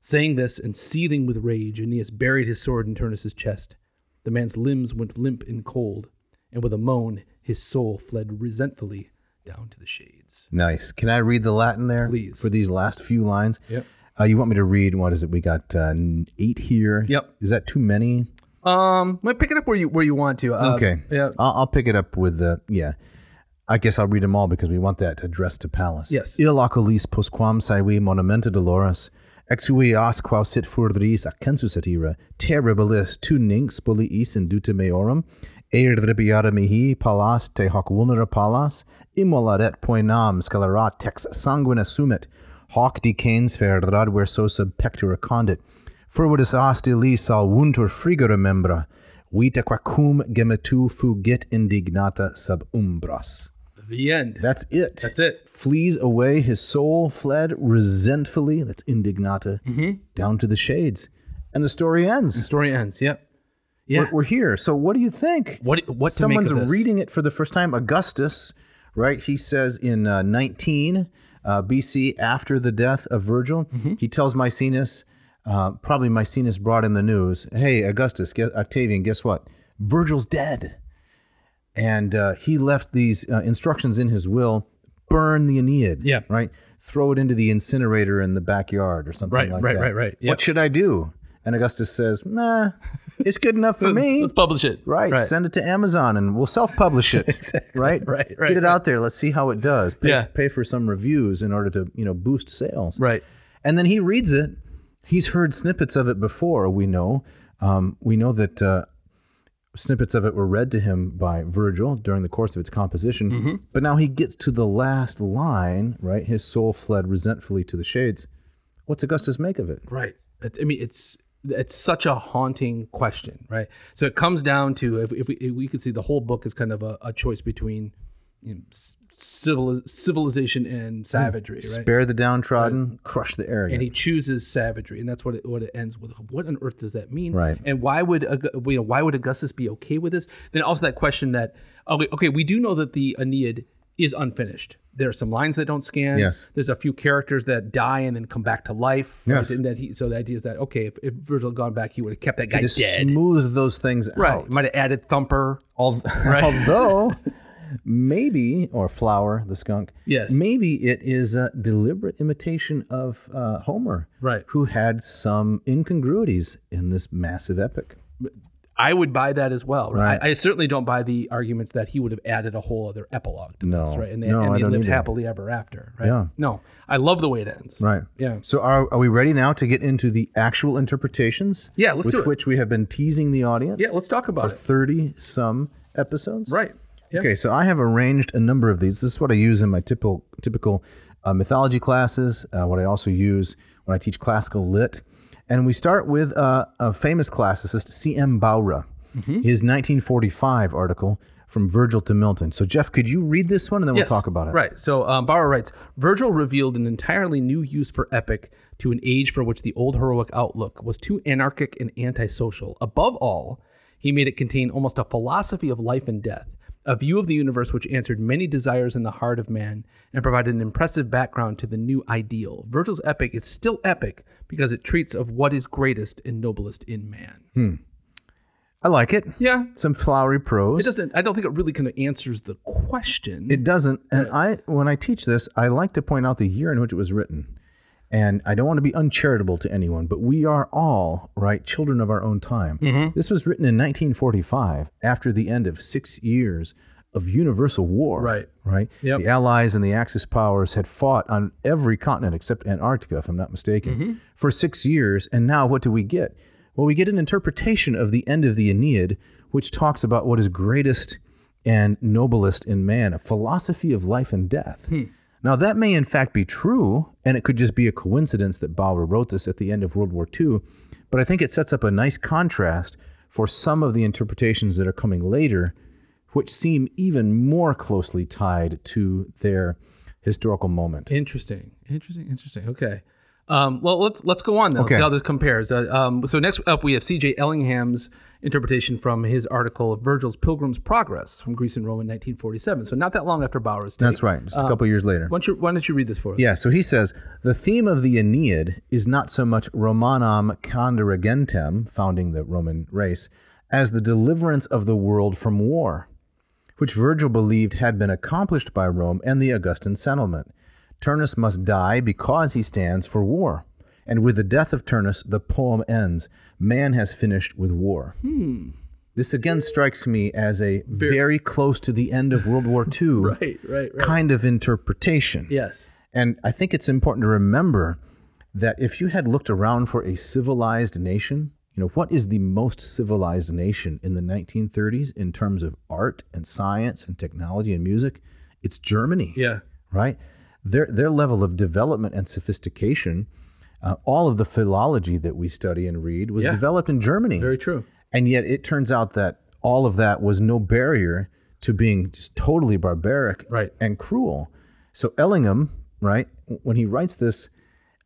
B: Saying this and seething with rage, Aeneas buried his sword in Turnus's chest. The man's limbs went limp and cold, and with a moan, his soul fled resentfully down to the shades.
A: Nice. Can I read the Latin there?
B: Please.
A: For these last few lines?
B: Yep.
A: Uh, you want me to read, what is it? We got uh, n- eight here.
B: Yep.
A: Is that too many?
B: Um, well, pick it up where you where you want to. Uh,
A: Okay.
B: Yeah.
A: I'll, I'll pick it up with the, yeah. I guess I'll read them all because we want that address to Pallas.
B: Yes.
A: Il oculis postquam saevi monumenta dolores, exui os quo sit furdris accensus et ira, terribilis tu nynx bulliis induta meorum, erbiata mihi palas te hoc vulnera palas, immolaret poenam scalarat tex sanguina sumit, hoc decans ferrad verso sub pectora condit, Furvidus astilis sal vuntur frigora membra, vita quacum gemetu fugit indignata sub umbras.
B: The end.
A: That's it.
B: That's it.
A: Flees away, his soul fled resentfully, that's indignata, down to the shades. And the story ends.
B: Story ends. Yep. Yeah.
A: We're, we're here. So what do you think?
B: What- what to make of
A: Someone's
B: this?
A: reading it for the first time. Augustus, right? He says in uh, 19 uh, BC, after the death of Virgil,
B: Mm-hmm.
A: he tells Maecenas, uh, probably Maecenas brought him the news. Hey, Augustus, guess, Octavian, guess what? Virgil's dead. And uh, he left these uh, instructions in his will: burn the Aeneid.
B: Yeah.
A: Right. Throw it into the incinerator in the backyard or something
B: Right,
A: like
B: right,
A: that.
B: right, right. Yep.
A: What should I do? And Augustus says, Nah, It's good enough for me.
B: Let's publish it.
A: Right. Send it to Amazon and we'll self publish it. Right?
B: Right, right,
A: Get it out there. Let's see how it does. Pay,
B: Yeah.
A: pay for some reviews in order to, you know, boost sales.
B: Right.
A: And then he reads it. He's heard snippets of it before, we know. Um, we know that uh, snippets of it were read to him by Virgil during the course of its composition.
B: Mm-hmm.
A: But now he gets to the last line, right? His soul fled resentfully to the shades. What's Augustus make of it?
B: Right. It- I mean, it's it's such a haunting question, right? So it comes down to if, if we if we could see the whole book is kind of a, a choice between you know, c- civil civilization and savagery, right?
A: Spare the downtrodden, crush the arrogant.
B: And he chooses savagery, and that's what it, what it ends with. What on earth does that mean?
A: Right.
B: And why would Aug- you know why would Augustus be okay with this? Then also that question that okay, okay, we do know that the Aeneid is unfinished. There are some lines that don't scan.
A: Yes.
B: There's a few characters that die and then come back to life.
A: Yes.
B: And that he, so the idea is that okay, if, if Virgil had gone back, he would have kept that guy
A: just
B: dead.
A: smoothed those things
B: right.
A: out.
B: Might have added Thumper.
A: Al- Although, maybe, or Flower, the skunk,
B: Yes.
A: maybe it is a deliberate imitation of uh, Homer,
B: Right.
A: who had some incongruities in this massive epic.
B: I would buy that as well. Right?
A: Right.
B: I, I certainly don't buy the arguments that he would have added a whole other epilogue to
A: No.
B: this, right? And they,
A: No,
B: and
A: I
B: they
A: don't
B: lived
A: either.
B: happily ever after, right?
A: Yeah.
B: No, I love the way it ends.
A: Right.
B: Yeah.
A: So, are, are we ready now to get into the actual interpretations?
B: Yeah, let's
A: with
B: do it.
A: which we have been teasing the audience
B: Yeah, let's talk
A: for
B: about it.
A: 30 some episodes.
B: Right. Yeah.
A: Okay, so I have arranged a number of these. This is what I use in my typical typical uh, mythology classes. Uh, what I also use when I teach classical lit, and we start with uh, a famous classicist, C.M. Bowra,
B: Mm-hmm.
A: his 1945 article from Virgil to Milton. So Jeff, could you read this one and then
B: Yes.
A: we'll talk about it?
B: Right. So um, Barrow writes Virgil revealed an entirely new use for epic to an age for which the old heroic outlook was too anarchic and antisocial. Above all, he made it contain almost a philosophy of life and death, a view of the universe which answered many desires in the heart of man and provided an impressive background to the new ideal. Virgil's epic is still epic because it treats of what is greatest and noblest in man.
A: Hmm. I like it.
B: Yeah.
A: Some flowery prose.
B: It doesn't, I don't think it really kind of answers the question.
A: It doesn't. And I, when I teach this, I like to point out the year in which it was written. And I don't want to be uncharitable to anyone, but we are all, right, children of our own time. This was written in 1945 after the end of six years of universal war.
B: Right.
A: Right.
B: Yep.
A: The Allies and the Axis powers had fought on every continent except Antarctica, if I'm not mistaken, for six years. And now what do we get? Well, we get an interpretation of the end of the Aeneid, which talks about what is greatest and noblest in man, a philosophy of life and death. Now, that may in fact be true, and it could just be a coincidence that Bauer wrote this at the end of World War II, but I think it sets up a nice contrast for some of the interpretations that are coming later which seem even more closely tied to their historical moment.
B: Interesting. Interesting. Interesting. Okay. Um, well, let's let's go on then.
A: Okay.
B: Let's see how this compares. Uh, um, so next up, we have C.J. Ellingham's interpretation from his article of Virgil's Pilgrim's Progress from Greece and Rome in 1947. So not that long after Bauer's. Take.
A: That's right, just a
B: Uh,
A: couple years later.
B: Why don't you Why don't you read this for us?
A: Yeah, so he says the theme of the Aeneid is not so much Romanum Condirigentem, founding the Roman race, as the deliverance of the world from war, which Virgil believed had been accomplished by Rome and the Augustan settlement. Turnus must die because he stands for war. And with the death of Turnus, the poem ends. Man has finished with war.
B: Hmm.
A: This again strikes me as a very, close to the end of World War II
B: Right. Right. Right.
A: kind of interpretation.
B: Yes.
A: And I think it's important to remember that if you had looked around for a civilized nation, you know, what is the most civilized nation in the 1930s in terms of art and science and technology and music? It's Germany
B: Yeah.
A: right? Their their level of development and sophistication, uh, all of the philology that we study and read was
B: Yeah.
A: developed in Germany.
B: Very true.
A: And yet, it turns out that all of that was no barrier to being just totally barbaric
B: Right.
A: and cruel. So Ellingham, right, when he writes this,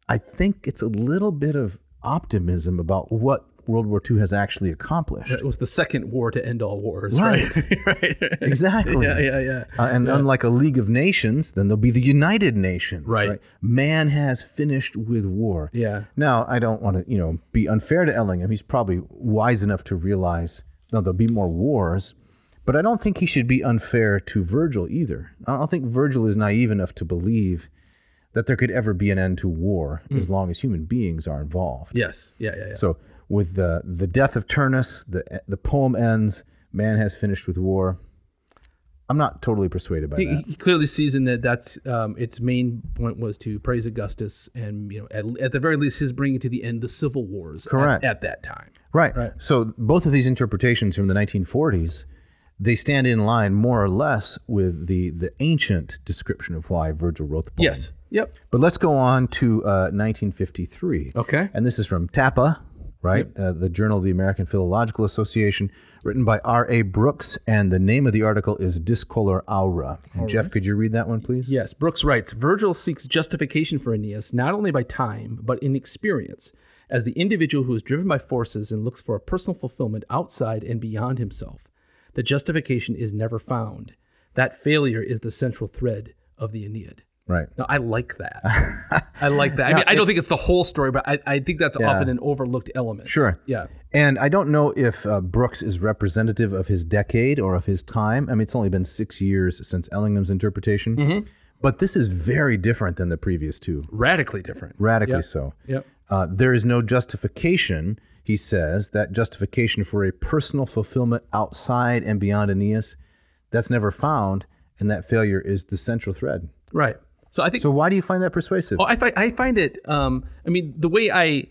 A: I think it's a little bit of optimism about what World War II has actually accomplished.
B: It was the second war to end all wars. Right. Right.
A: Exactly.
B: yeah. Yeah. Yeah.
A: Uh, and unlike a League of Nations, then there'll be the United Nations.
B: Right.
A: Man has finished with war.
B: Yeah.
A: Now, I don't want to, you know, be unfair to Ellingham. He's probably wise enough to realize, no, there'll be more wars. But I don't think he should be unfair to Virgil either. I don't think Virgil is naive enough to believe that there could ever be an end to war
B: Hmm.
A: as long as human beings are involved.
B: Yes. Yeah. Yeah. yeah.
A: So with the the death of Turnus, the the poem ends. Man has finished with war. I'm not totally persuaded by
B: He-
A: that.
B: he clearly sees in that that's um, its main point was to praise Augustus and you know at, at the very least his bringing to the end the civil wars at-
A: Correct.
B: at, that time.
A: Right. So both of these interpretations from the 1940s, they stand in line more or less with the the ancient description of why Virgil wrote the poem.
B: Yes. Yep.
A: But let's go on to uh, 1953.
B: Okay.
A: And this is from Tappa, right? Uh, the Journal of the American Philological Association, written by R.A. Brooks. And the name of the article is Discolor Aura. And Jeff, could you read that one, please?
B: Yes, Brooks writes Virgil seeks justification for Aeneas not only by time, but in experience, as the individual who is driven by forces and looks for a personal fulfillment outside and beyond himself. The justification is never found. That failure is the central thread of the Aeneid.
A: Right.
B: No, I like that. I like that. I mean, I don't think it's the whole story, but I, I think that's often an overlooked element.
A: Sure.
B: Yeah.
A: And I don't know if uh, Brooks is representative of his decade or of his time. I mean, it's only been six years since Ellingham's interpretation. But this is very different than the previous two,
B: Radically different.
A: radically so.
B: Yep.
A: Uh, there is no justification, he says, that justification for a personal fulfillment outside and beyond Aeneas, that's never found, and that failure is the central thread.
B: Right. So I think
A: So why do you find that persuasive?
B: Oh, I find I find it. Um, I mean, the way I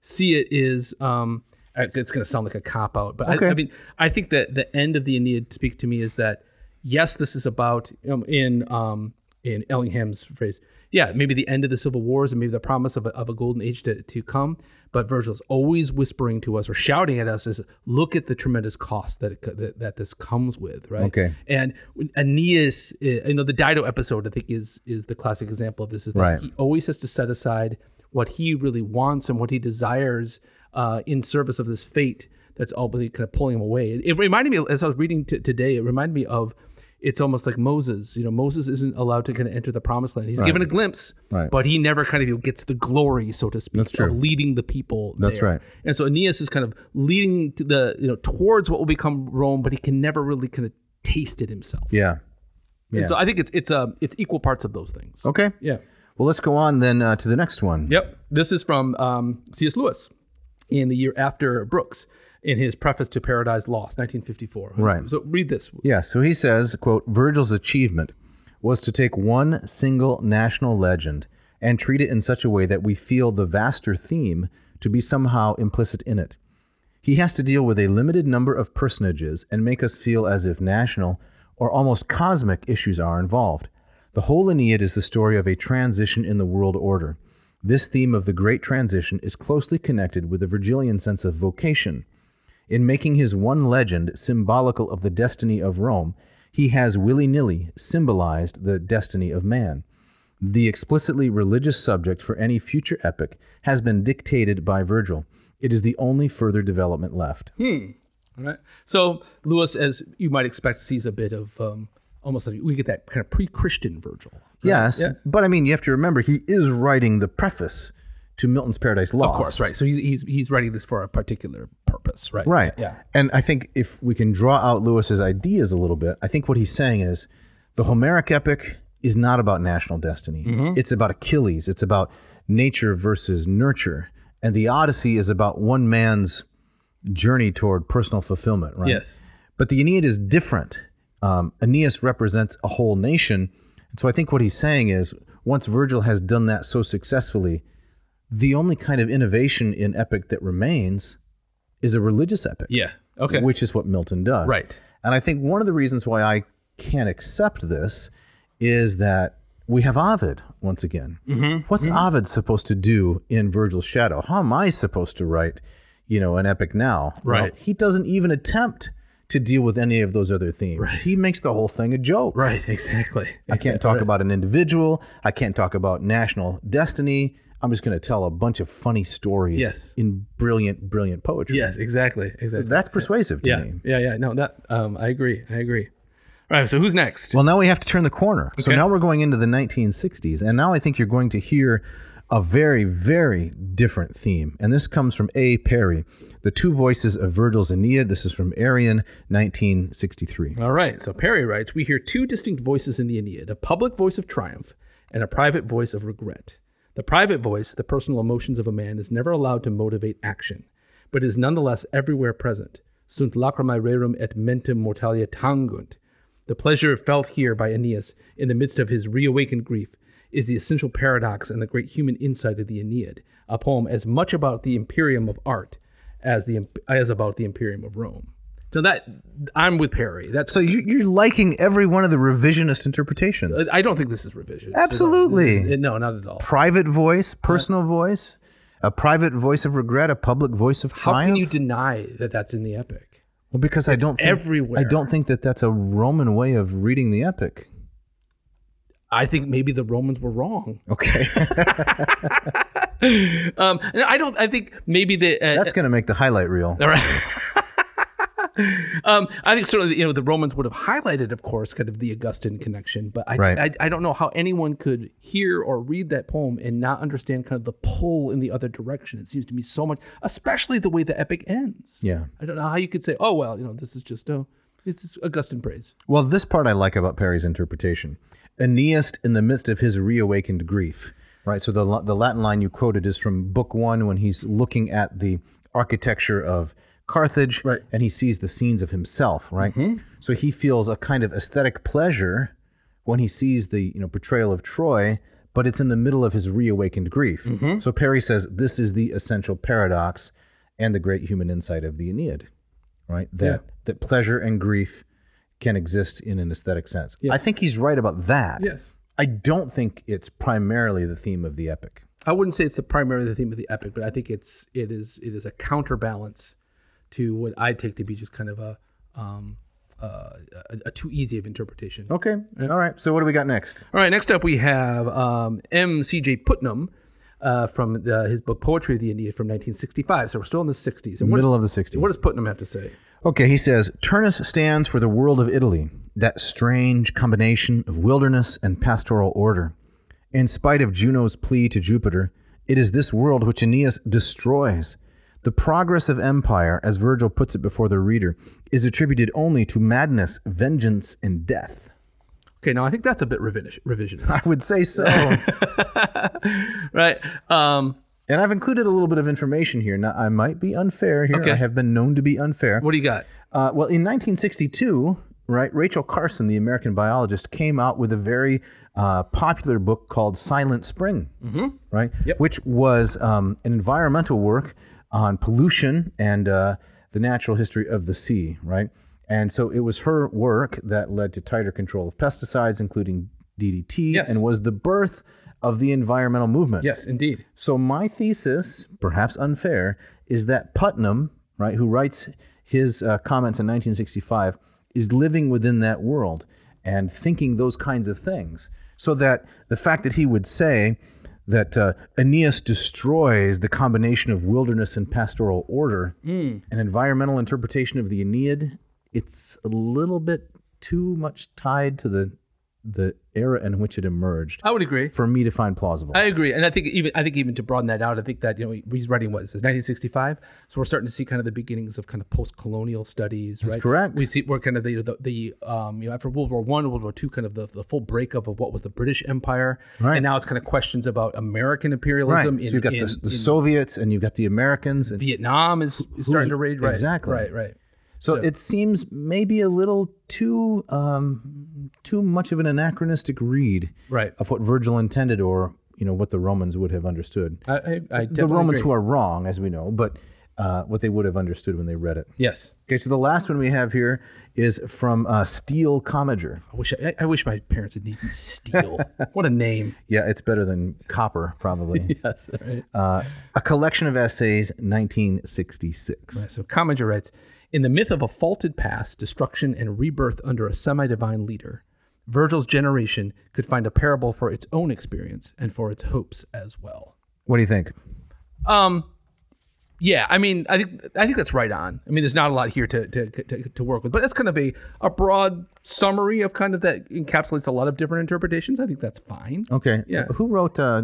B: see it is, um, uh, it's going to sound like a cop out, but
A: Okay.
B: I, I mean, I think that the end of the Aeneid speaks to me is that yes, this is about um, in um, in Ellingham's phrase, yeah, maybe the end of the civil wars and maybe the promise of a, of a golden age to, to come. But Virgil's always whispering to us or shouting at us is, look at the tremendous cost that it, co- that, that this comes with, right?
A: Okay.
B: And when Aeneas, uh, you know, the Dido episode, I think is is the classic example of this. Is that
A: Right.
B: he always has to set aside what he really wants and what he desires uh, in service of this fate that's ultimately kind of pulling him away. It, it reminded me as I was reading t- today. It reminded me of it's almost like Moses. You know, Moses isn't allowed to kind of enter the promised land. He's given a glimpse,
A: Right.
B: but he never kind of gets the glory, so to speak,
A: That's true.
B: of leading the people.
A: That's
B: there.
A: right.
B: And so Aeneas is kind of leading to the you know towards what will become Rome, but he can never really kind of taste it himself.
A: yeah.
B: And so I think it's it's um it's equal parts of those things.
A: Okay.
B: Yeah.
A: Well, let's go on then uh, to the next one.
B: Yep. This is from um, C.S. Lewis in the year after Brooks in his preface to Paradise Lost, 1954.
A: Right.
B: So read this.
A: Yeah, so he says, quote, Virgil's achievement was to take one single national legend and treat it in such a way that we feel the vaster theme to be somehow implicit in it. He has to deal with a limited number of personages and make us feel as if national or almost cosmic issues are involved. The whole Aeneid is the story of a transition in the world order. This theme of the great transition is closely connected with the Virgilian sense of vocation. In making his one legend symbolical of the destiny of Rome, he has willy nilly symbolized the destiny of man. The explicitly religious subject for any future epic has been dictated by Virgil. It is the only further development left.
B: All right. So Lewis, as you might expect, sees a bit of um, almost like we get that kind of pre-Christian Virgil.
A: Yes, but I mean, you have to remember he is writing the preface to Milton's Paradise Lost.
B: Of course, right. So he's he's he's writing this for a particular purpose, right?
A: Right.
B: Yeah.
A: And I think if we can draw out Lewis's ideas a little bit, I think what he's saying is the Homeric epic is not about national destiny.
B: Mm-hmm.
A: It's about Achilles. It's about nature versus nurture. And the Odyssey is about one man's journey toward personal fulfillment, right?
B: Yes.
A: But the Aeneid is different. Um, Aeneas represents a whole nation. And so I think what he's saying is once Virgil has done that so successfully, the only kind of innovation in epic that remains is a religious epic,
B: Yeah. Okay.
A: which is what Milton does.
B: Right.
A: And I think one of the reasons why I can't accept this is that we have Ovid once again.
B: Mm-hmm.
A: What's Ovid supposed to do in Virgil's shadow? How am I supposed to write, you know, an epic now? Well,
B: Right.
A: he doesn't even attempt to deal with any of those other themes. He makes the whole thing a joke.
B: right. Exactly.
A: I can't talk about an individual. I can't talk about national destiny. I'm just going to tell a bunch of funny stories
B: Yes.
A: in brilliant, brilliant poetry.
B: Yes. Exactly. Exactly.
A: That's persuasive to
B: yeah.
A: me.
B: Yeah. Yeah. No. That. Um. I agree. I agree. All right. So who's next?
A: Well, now we have to turn the corner. So
B: Okay.
A: now we're going into the 1960s. And now I think you're going to hear a very, very different theme. And this comes from A. Perry, The Two Voices of Virgil's Aeneid. This is from Arian, 1963.
B: All right. So Perry writes We hear two distinct voices in the Aeneid a public voice of triumph and a private voice of regret. The private voice, the personal emotions of a man, is never allowed to motivate action, but is nonetheless everywhere present. Sunt lacrymae rerum et mentem mortalia tangunt. The pleasure felt here by Aeneas in the midst of his reawakened grief is the essential paradox and the great human insight of the Aeneid, a poem as much about the imperium of art as the as about the imperium of Rome. So that I'm with Perry. That's
A: So you, you're liking every one of the revisionist interpretations.
B: I don't think this is revision.
A: Absolutely.
B: no, not at all.
A: private
B: Uh,
A: voice, personal voice, a private voice of regret, a public voice of
B: How
A: triumph.
B: can you deny that that's in the epic?
A: well, because I don't think,
B: everywhere.
A: I don't think that that's a Roman way of reading the epic.
B: I think maybe the Romans were wrong.
A: Okay,
B: Um, and I don't. I think maybe the uh,
A: that's going to make the highlight reel.
B: All right. um, I think certainly you know the Romans would have highlighted, of course, kind of the Augustan connection, but I,
A: Right.
B: I I don't know how anyone could hear or read that poem and not understand kind of the pull in the other direction. It seems to me so much, especially the way the epic ends.
A: Yeah.
B: I don't know how you could say, oh well, you know, this is just oh, it's just Augustan praise.
A: Well, this part I like about Perry's interpretation. Aeneas in the midst of his reawakened grief. Right. So the, the Latin line you quoted is from Book One when he's looking at the architecture of Carthage
B: Right.
A: and he sees the scenes of himself. Right. So he feels a kind of aesthetic pleasure when he sees the you know portrayal of Troy, but it's in the middle of his reawakened grief. So Perry says this is the essential paradox and the great human insight of the Aeneid, right? That that pleasure and grief can exist in an aesthetic sense. I think he's right about that.
B: Yes.
A: I don't think it's primarily the theme of the epic.
B: I wouldn't say it's the primary the theme of the epic, but I think it's it is it is a counterbalance to what I take to be just kind of a um, uh, a, a too easy of interpretation.
A: Okay. All right. So what do we got next?
B: All right, next up we have um, M. C. J. Putnam uh, from the, his book Poetry of the Aeneid from 1965. So we're still in the 60s. And what does-
A: Middle of the 60s.
B: what does Putnam have to say?
A: Okay, he says Turnus stands for the world of Italy, that strange combination of wilderness and pastoral order. In spite of Juno's plea to Jupiter, it is this world which Aeneas destroys. The progress of empire, as Virgil puts it before the reader, is attributed only to madness, vengeance, and death.
B: Okay, now I think that's a bit revenish- revisionist,
A: I would say so. and
B: right? Um,
A: I've included a little bit of information here. Now, I might be unfair here.
B: Okay.
A: I have been known to be unfair.
B: what do you got?
A: Uh, well, in 1962, right, Rachel Carson, the American biologist, came out with a very uh, popular book called Silent Spring, mm-hmm. right, which was um, an environmental work on pollution and uh, the natural history of the sea, right. And so it was her work that led to tighter control of pesticides, including DDT,
B: Yes.
A: and was the birth of the environmental movement.
B: Yes, indeed.
A: So my thesis, perhaps unfair, is that Putnam, right, who writes his uh, comments in 1965, is living within that world and thinking those kinds of things. So that the fact that he would say that uh, Aeneas destroys the combination of wilderness and pastoral order, an environmental interpretation of the Aeneid, it's a little bit too much tied to the the era in which it emerged
B: I would agree.
A: for me to find plausible.
B: I agree, and I think even I think even to broaden that out, I think that you know he- he's writing what it says 1965. So we're starting to see kind of the beginnings of kind of post-colonial studies, right?
A: correct.
B: We see we're kind of the the, the um, you know after World War One, World War Two, kind of the, the full breakup of what was the British Empire,
A: Right.
B: and now it's kind of questions about American
A: Right.
B: imperialism.
A: so you've got
B: in,
A: the, the
B: in
A: Soviets and you've got the Americans, and
B: Vietnam is, is starting to rage, right?
A: exactly.
B: right, right.
A: so, it seems maybe a little too um, too much of an anachronistic read
B: Right.
A: of what Virgil intended, or you know what the Romans would have understood.
B: I, I, I
A: the Romans who are wrong, as we know, but uh, what they would have understood when they read it.
B: yes.
A: Okay, so the last one we have here is from uh, Steele Commager.
B: I wish I, I wish my parents had named me Steele. what a name!
A: Yeah, it's better than Copper, probably. Uh,
B: Yes, right.
A: a collection of essays, 1966.
B: So Commager writes, in the myth of a faulted past, destruction and rebirth under a semi-divine leader, Virgil's generation could find a parable for its own experience and for its hopes as well.
A: What do you think?
B: Um, yeah, I mean, I think I think that's right on. I mean, there's not a lot here to to, to, to work with, but that's kind of a, a broad summary of kind of that encapsulates a lot of different interpretations. I think that's fine.
A: Okay.
B: Yeah.
A: Who wrote? Uh,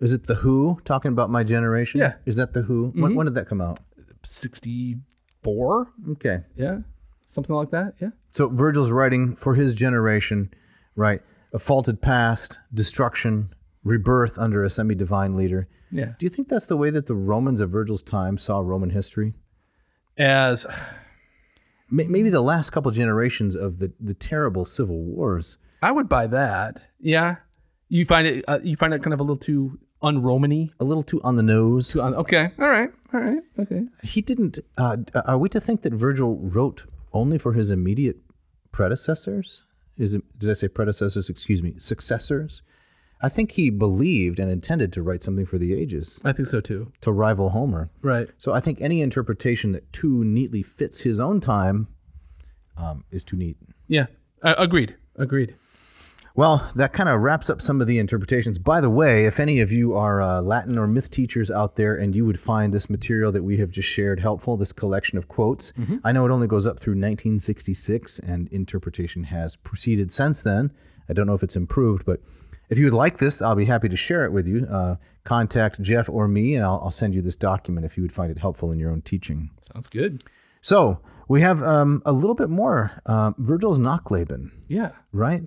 A: is it the Who talking about my generation?
B: Yeah. Mm-hmm.
A: Is that the Who? When, when did that come out?
B: Sixty-four,
A: Okay.
B: yeah, something like that. Yeah,
A: So Virgil's writing for his generation, right? a faulted past, destruction, rebirth under a semi divine leader.
B: Yeah.
A: Do you think that's the way that the Romans of Virgil's time saw Roman history?
B: As
A: May- Maybe the last couple generations of the, the terrible civil wars.
B: I would buy that. Yeah. You find it uh, you find it kind of a little too un-Romany.
A: A little too on the nose.
B: Too un- okay. All right. All right. Okay.
A: He didn't. Uh, d- are we to think that Virgil wrote only for his immediate predecessors? Is it, did I say predecessors? Excuse me, successors. I think he believed and intended to write something for the ages
B: I think so too.
A: to rival Homer.
B: Right.
A: So I think any interpretation that too neatly fits his own time um, is too neat.
B: Yeah. Uh, agreed. Agreed.
A: Well, that kind of wraps up some of the interpretations. By the way, if any of you are uh, Latin or myth teachers out there and you would find this material that we have just shared helpful, this collection of quotes, I know it only goes up through 1966 and interpretation has proceeded since then. I don't know if it's improved, but if you would like this, I'll be happy to share it with you. Uh, contact Jeff or me, and I'll, I'll send you this document if you would find it helpful in your own teaching.
B: Sounds good.
A: So we have um, a little bit more um, Virgil's Nachleben
B: Yeah.
A: right?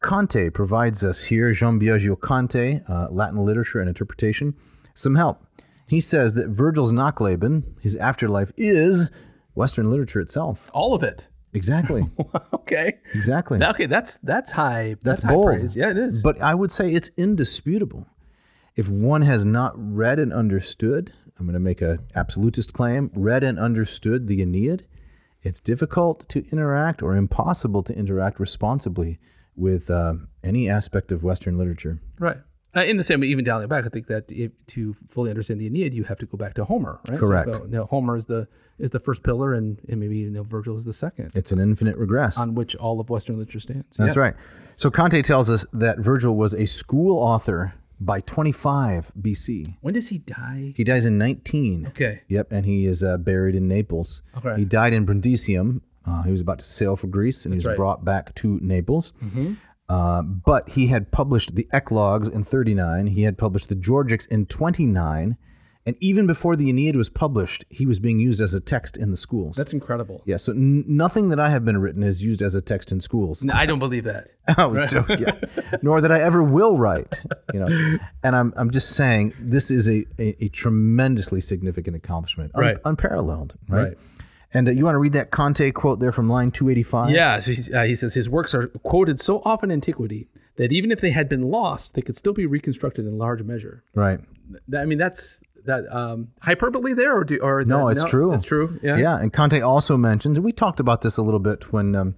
A: Conte provides us here, Jean Biagio Conte, uh, Latin literature and interpretation, some help. He says that Virgil's Nachleben, his afterlife, is Western literature itself.
B: All of it.
A: Exactly.
B: okay.
A: Exactly.
B: Okay. That's that's high.
A: That's
B: That's, high
A: bold.
B: praise. Yeah, it is.
A: But I would say it's indisputable. If one has not read and understood, I'm going to make an absolutist claim, read and understood the Aeneid, it's difficult to interact or impossible to interact responsibly with uh, any aspect of Western literature.
B: Right. Uh, in the same way, even dialing back, I think that if, to fully understand the Aeneid, you have to go back to Homer, right? So,
A: Correct.
B: uh, now, Homer is the is the first pillar, and, and maybe you know Virgil is the second,
A: It's an infinite regress.
B: on which all of Western literature stands.
A: That's right. So Conte tells us that Virgil was a school author by 25 BC.
B: When does he die?
A: He dies in 19.
B: Okay.
A: Yep, and he is uh, buried in Naples.
B: Okay.
A: He died in Brundisium. Uh, he was about to sail for Greece, and he was
B: right. Mm-hmm.
A: brought back to Naples. Uh, but he had published the Eclogues in 39. He had published the Georgics in 29. And even before the Aeneid was published, he was being used as a text in the schools.
B: That's incredible.
A: yeah, so n- nothing that I have been written is used as a text in schools.
B: No, I don't believe that.
A: Oh, don't- yeah. Nor that I ever will write. You know, and I'm I'm just saying this is a a, a tremendously significant accomplishment, un-
B: Right.
A: unparalleled, right?
B: Right.
A: And uh, you want to read that Conte quote there from line 285?
B: Yeah, so he's, uh, he says his works are quoted so often in antiquity that even if they had been lost, they could still be reconstructed in large measure.
A: Right.
B: Th- I mean, that's that um, hyperbole there, or do or
A: No,
B: that-
A: it's true.
B: It's true. Yeah.
A: Yeah. And Conte also mentions, and we talked about this a little bit when um,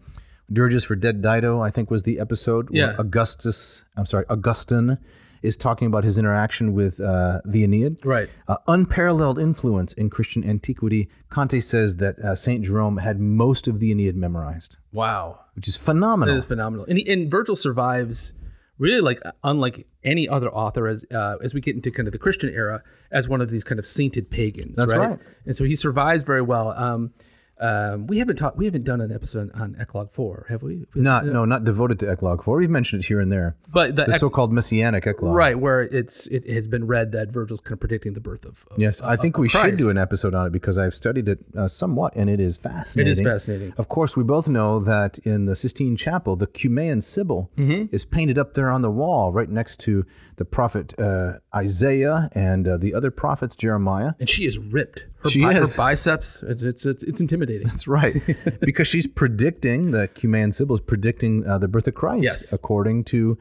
A: Dirges for Dead Dido, I think, was the episode where
B: Yeah.
A: Augustus, I'm sorry, Augustine is talking about his interaction with uh, the Aeneid.
B: Right.
A: Uh, unparalleled influence in Christian antiquity. Conte says that uh, St. Jerome had most of the Aeneid memorized,
B: Wow.
A: which is
B: It
A: phenomenal.
B: is phenomenal. And, he, and Virgil survives really like uh, unlike any other author as uh, as we get into kind of the Christian era as one of these kind of sainted pagans.
A: That's
B: right.
A: right.
B: And so he survives very well. Um, um, we haven't taught, we haven't done an episode on Eclogue Four, have we?
A: Not, no, not devoted to Eclogue 4. We've mentioned it here and there.
B: But the,
A: The
B: Ec-
A: so called Messianic Eclogue.
B: right where it's it has been read that Virgil's kind of predicting the birth of. of
A: Yes, I think we should
B: Uh, Christ.
A: do an episode on it because I've studied it uh, somewhat, and it is fascinating.
B: fascinating.
A: Of course, we both know that in the Sistine Chapel, the Cumaean Sibyl
B: Mm-hmm.
A: is painted up there on the wall, right next to the prophet uh, Isaiah and uh, the other prophets, Jeremiah.
B: and she is ripped. Her,
A: She
B: bi-
A: is.
B: her biceps. It's it's it's, it's intimidating.
A: That's right, because she's predicting the Cumaean Sibyl is predicting uh, the birth of Christ,
B: Yes.
A: according to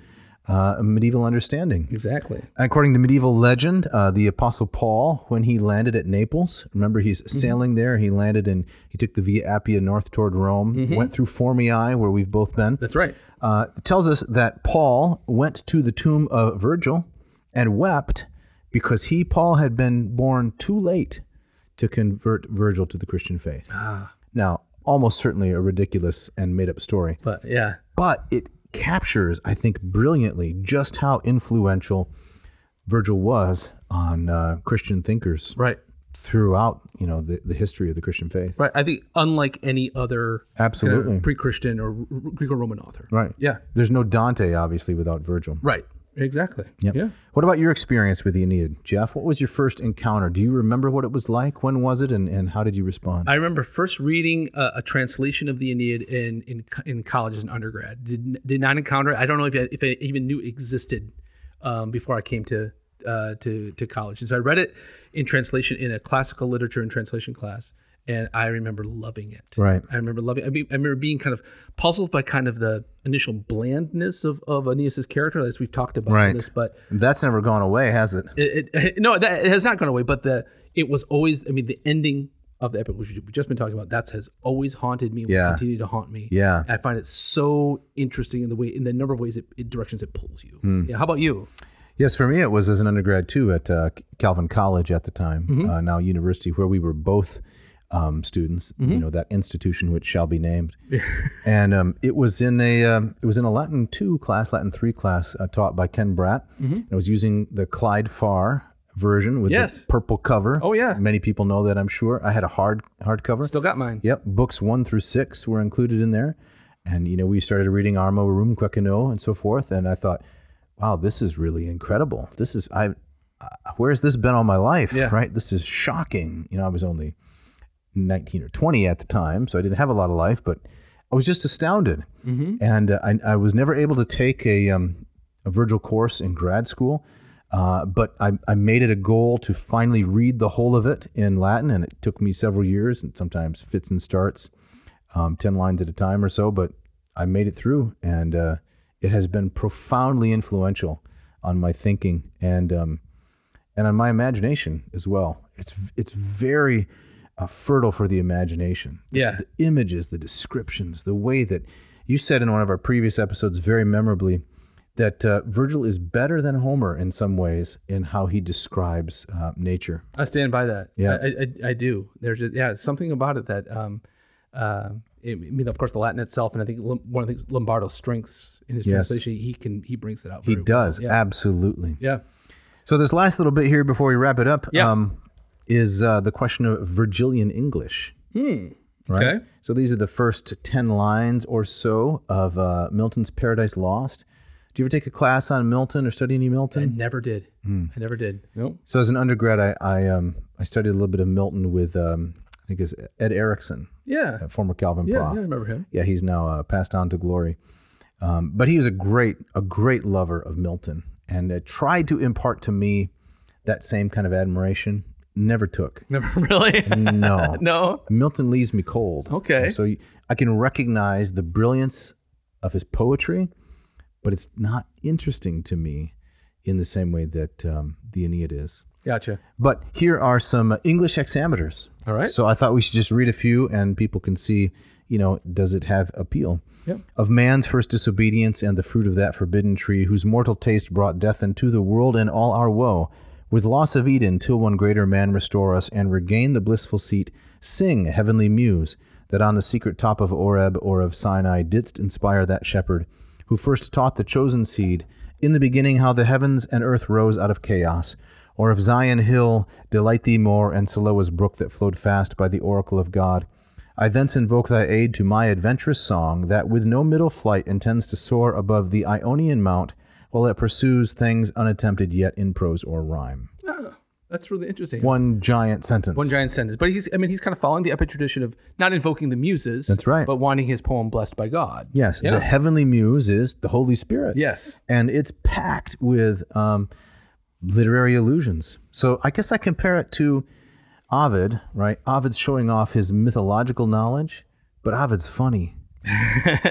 A: uh, medieval understanding.
B: exactly.
A: According to medieval legend, uh, the Apostle Paul, when he landed at Naples, remember he's sailing there. He landed and he took the Via Appia north toward Rome, went through Formii, where we've both been.
B: That's right.
A: Uh, it tells us that Paul went to the tomb of Virgil and wept because he, Paul, had been born too late to convert Virgil to the Christian faith. Now, almost certainly a ridiculous and made up story
B: But yeah,
A: but it captures, I think, brilliantly just how influential Virgil was on uh, Christian thinkers
B: right,
A: throughout, you know, the, the history of the Christian faith.
B: right. I think unlike any other kind of
A: Absolutely.
B: pre-Christian or Greek or Roman author.
A: Right.
B: Yeah.
A: There's no Dante, obviously, without Virgil.
B: Right. Exactly.
A: Yep.
B: Yeah.
A: What about your experience with the Aeneid, Jeff? What was your first encounter? Do you remember what it was like? When was it? And, and how did you respond?
B: I remember first reading a, a translation of the Aeneid in in, co- in college as an undergrad. Did, did not encounter it. I don't know if I, if I even knew it existed um, before I came to uh, to to college. And so I read it in translation in a classical literature and translation class, and I remember loving it.
A: Right.
B: I remember loving. I, mean, I remember being kind of puzzled by kind of the initial blandness of of Aeneas's character, as we've talked about
A: Right.
B: in this, but
A: That's never gone away, has it?
B: it, it, no, that it has not gone away. But the it was always. I mean, the ending of the epic, which we've just been talking about, that has always haunted me. and
A: Yeah.
B: will continue to haunt me.
A: Yeah.
B: I find it so interesting in the way, in the number of ways, it, it directions it pulls you.
A: Hmm.
B: Yeah. How about you?
A: Yes, for me, it was as an undergrad too at uh, Calvin College at the time,
B: Mm-hmm.
A: uh, now university, where we were both um, students.
B: Mm-hmm.
A: You know that institution which shall be named, and um, it was in a um, it was in a Latin two class, Latin three class, uh, taught by Ken Bratt.
B: Mm-hmm.
A: And I was using the Clyde Farr version with
B: Yes.
A: the purple cover.
B: Oh, yeah.
A: many people know that, I'm sure. I had a hard hard cover.
B: Still got mine.
A: Yep, books one through six were included in there, and you know we started reading Armo Rum Quecano and so forth, and I thought, wow, this is really incredible. This is I, uh, where has this been all my life?
B: Yeah.
A: Right, this is shocking. You know, I was only nineteen or twenty at the time, so I didn't have a lot of life, but I was just astounded, and uh, I, I was never able to take a um, a Virgil course in grad school. Uh, but I, I made it a goal to finally read the whole of it in Latin, and it took me several years and sometimes fits and starts, um, 10 lines at a time or so. But I made it through, and uh, it has been profoundly influential on my thinking and um, and on my imagination as well. It's, it's very uh, fertile for the imagination
B: Yeah.
A: the images, the descriptions, the way that you said in one of our previous episodes very memorably that uh, Virgil is better than Homer in some ways in how he describes uh, nature.
B: I stand by that.
A: Yeah.
B: I, I, I do. There's just, yeah something about it that um, uh, it, I mean, of course, the Latin itself, and I think Lom- one of the things Lombardo's strengths in his
A: Yes.
B: translation, he can he brings it out.
A: He
B: very well.
A: does,
B: Yeah.
A: absolutely.
B: yeah.
A: So, this last little bit here before we wrap it up
B: Yeah.
A: um, is uh, the question of Virgilian English. Right?
B: Okay.
A: So, these are the first 10 lines or so of uh, Milton's Paradise Lost. Do you ever take a class on Milton or study any Milton?
B: I never did.
A: Hmm.
B: I never did. Nope.
A: So as an undergrad, I I, um, I studied a little bit of Milton with um, I think it's Ed Erickson,
B: Yeah.
A: a former Calvin
B: Yeah, yeah, I
A: prof.
B: remember him.
A: Yeah, he's now uh, passed on to glory. Um, but he was a great a great lover of Milton and uh, tried to impart to me that same kind of admiration. Never took.
B: Never really.
A: No.
B: no.
A: Milton leaves me cold.
B: Okay.
A: So you- I can recognize the brilliance of his poetry, but it's not interesting to me in the same way that um, the Aeneid is.
B: Gotcha.
A: But here are some English hexameters.
B: All right.
A: So I thought we should just read a few and people can see, you know, does it have appeal?
B: Yep.
A: Of man's first disobedience and the fruit of that forbidden tree, whose mortal taste brought death into the world and all our woe, with loss of Eden, till one greater man restore us and regain the blissful seat, sing, heavenly muse, that on the secret top of Oreb or of Sinai didst inspire that shepherd, who first taught the chosen seed, in the beginning how the heavens and earth rose out of chaos, or of Zion hill delight thee more, and Siloah's brook that flowed fast by the oracle of God. I thence invoke thy aid to my adventurous song, that with no middle flight intends to soar above the Ionian mount, while it pursues things unattempted yet in prose or rhyme.
B: That's really interesting.
A: One giant sentence.
B: One giant sentence, but he's—I mean—he's kind of following the epic tradition of not invoking the muses.
A: That's right.
B: But wanting his poem blessed by God.
A: Yes,
B: Yeah.
A: the heavenly muse is the Holy Spirit.
B: Yes.
A: and it's packed with um, literary allusions. So I guess I compare it to Ovid, right? Ovid's showing off his mythological knowledge, but Ovid's funny.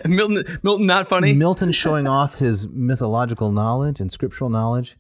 B: Milton. Milton, not funny.
A: Milton showing off his mythological knowledge and scriptural knowledge,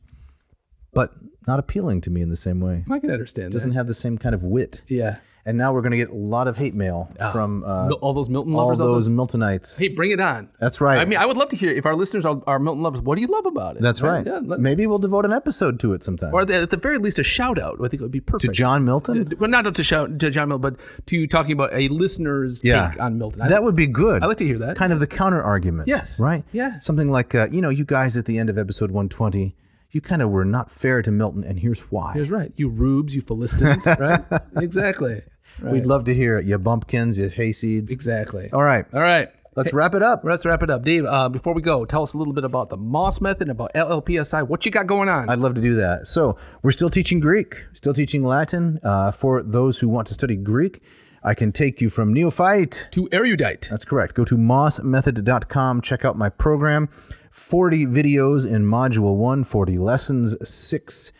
A: but not appealing to me in the same way.
B: I can understand.
A: Doesn't have the same kind of wit.
B: that. Yeah.
A: And now we're going to get a lot of hate mail from uh,
B: Ah. Mil- all those Milton
A: all
B: lovers. out
A: those
B: there?
A: Miltonites.
B: Hey, bring it on.
A: That's right.
B: I mean, I would love to hear if our listeners are, are Milton lovers. What do you love about it?
A: That's right.
B: Yeah, let-
A: Maybe we'll devote an episode to it sometime.
B: or at the, at the very least, a shout out. I think it would be
A: to
B: perfect.
A: John Milton?
B: well, not to shout to John Milton, but to talking about a listener's
A: Yeah.
B: take on Milton. I,
A: That would be good.
B: I like to hear that.
A: Kind of the counter argument.
B: Yes.
A: Right?
B: Yeah.
A: Something like, uh, you know, you guys at the end of episode 120, you kind of were not fair to Milton, and here's why.
B: Here's right. You rubes, you philistines, right? Exactly.
A: We'd love to hear it, you bumpkins, you hayseeds.
B: Exactly.
A: All right.
B: All right.
A: Let's wrap it up.
B: Let's wrap it up, Dave. Uh, before we go, tell us a little bit about the Moss method, about LLPSI. What you got going on?
A: I'd love to do that. So we're still teaching Greek, still teaching Latin. Uh, for those who want to study Greek, I can take you from neophyte.
B: to erudite.
A: That's correct. Go to mossmethod.com. Check out my program. 40 videos in module one, 40 lessons, six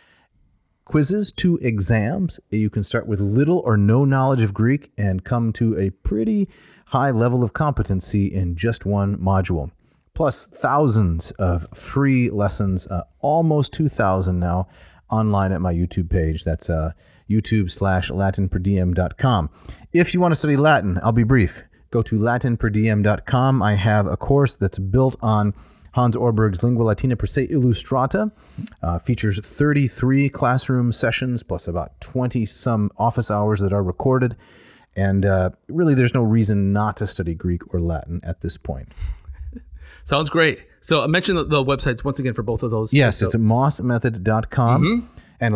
A: quizzes, two exams. You can start with little or no knowledge of Greek and come to a pretty high level of competency in just one module. Plus, thousands of free lessons, uh, almost 2,000 now, online at my YouTube page. That's uh, youtube slash latinperdiem.com. If you want to study Latin, I'll be brief. Go to latinperdiem.com. I have a course that's built on Hans Orberg's Lingua Latina per se illustrata uh, features 33 classroom sessions plus about 20 some office hours that are recorded. And uh, really, there's no reason not to study Greek or Latin at this point.
B: Sounds great. So I mentioned the, the websites once again for both of those.
A: Yes, it's mossmethod.com
B: Mm-hmm.
A: and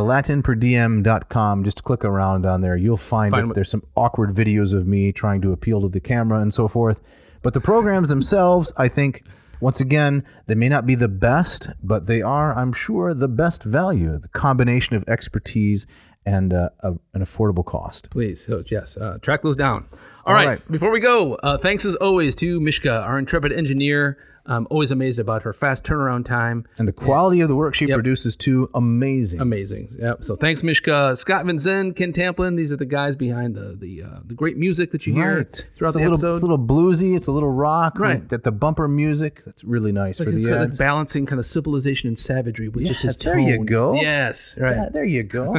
A: latinperdiem.com. Just click around on there. You'll find,
B: Find
A: it.
B: what-
A: There's some awkward videos of me trying to appeal to the camera and so forth. But the programs themselves, I think, once again, they may not be the best, but they are, I'm sure, the best value. The combination of expertise and uh, a, an affordable cost.
B: Please, so yes, uh, track those down.
A: All
B: All right.
A: right.
B: Before we go, uh, thanks as always to Mishka, our intrepid engineer. I'm always amazed about her fast turnaround time.
A: And the quality of the work she produces, too, amazing.
B: Amazing. Yep. So thanks, Mishka, Scott Vinzen, Ken Tamplin. These are the guys behind the the uh, the great music that you hear
A: Right.
B: throughout
A: it's
B: the
A: a little,
B: episode.
A: It's a little bluesy. It's a little rock.
B: Right.
A: We've got the bumper music. That's really nice for
B: It's
A: the
B: kind of
A: ads.
B: balancing kind of civilization and savagery with just
A: Yeah,
B: his
A: there you
B: tone.
A: go.
B: Yes. Right.
A: Yeah, there you go.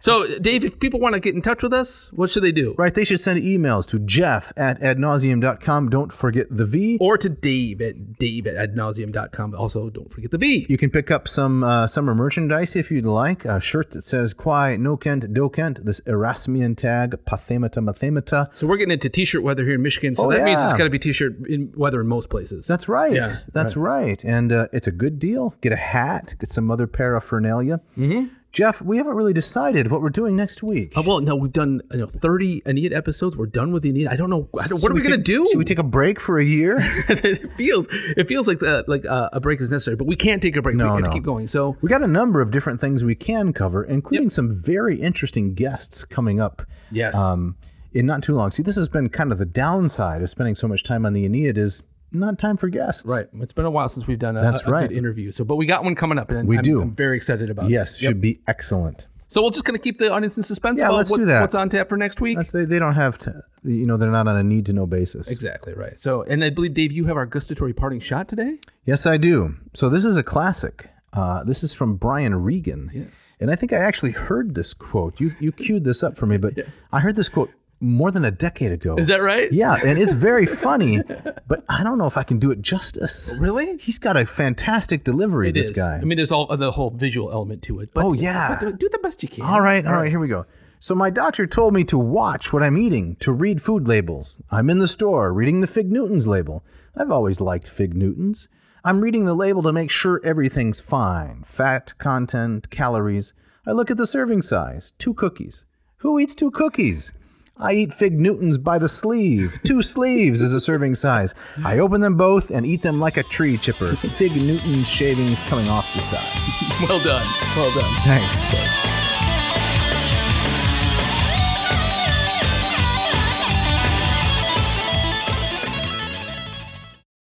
B: So, Dave, if people want to get in touch with us, what should they do?
A: right. They should send emails to jeff at adnauseum.com. Don't forget the V.
B: Or to Dave at Dave at adnauseum.com. Also, don't forget the V.
A: You can pick up some uh, summer merchandise if you'd like. A shirt that says Quai No Kent Do Kent, this Erasmian tag, Pathemata Mathemata.
B: So we're getting into t-shirt weather here in Michigan. So
A: Oh,
B: that means
A: yeah.
B: it's got to be t-shirt in weather in most places.
A: That's right.
B: Yeah,
A: That's right. And uh, it's a good deal. Get a hat, get some other paraphernalia. Mm-hmm. Jeff, we haven't really decided what we're doing next week.
B: Uh, well, no, we've done you know 30 Aeneid episodes. We're done with the Aeneid. I don't know. I don't, what
A: Should
B: are we, gonna
A: take-
B: do?
A: Should we take a break for a year?
B: it feels it feels like the, like uh, a break is necessary, but we can't take a break. we
A: No,
B: have to
A: no.
B: keep going. So
A: We got a number of different things we can cover, including some very interesting guests coming up
B: yes,
A: um, in not too long. See, this has been kind of the downside of spending so much time on the Aeneid is not time for guests.
B: right. It's been a while since we've done a,
A: That's
B: a- a
A: right.
B: good interview. So, but we got one coming up, and
A: We
B: I'm,
A: do.
B: I'm very excited about. it.
A: Yes, should be excellent.
B: So we're just gonna keep the audience in suspense.
A: Yeah,
B: about
A: let's
B: what-
A: do that.
B: What's on tap for next week?
A: That's, they, they don't have to, you know, they're not on a need to know basis.
B: exactly right. So, and I believe Dave, you have our gustatory parting shot today.
A: Yes, I do. So this is a classic. Uh, this is from Brian Regan. Yes. And I think I actually heard this quote. You, you queued this up for me, but I heard this quote more than a decade ago.
B: Is that right?
A: Yeah, and it's very funny, but I don't know if I can do it justice.
B: Really?
A: He's got a fantastic delivery,
B: It
A: this
B: is.
A: guy.
B: I mean, there's all the whole visual element to it. But
A: Oh, yeah.
B: but do the best you can.
A: all right, all right, here we go. So my doctor told me to watch what I'm eating, to read food labels. I'm in the store reading the Fig Newtons label. I've always liked Fig Newtons. I'm reading the label to make sure everything's fine fat, content, calories. I look at the serving size two cookies. Who eats two cookies? I eat Fig Newtons by the sleeve. Two sleeves is a serving size. I open them both and eat them like a tree chipper. Fig Newton shavings coming off the side.
B: Well done. Well done.
A: Thanks. Thanks.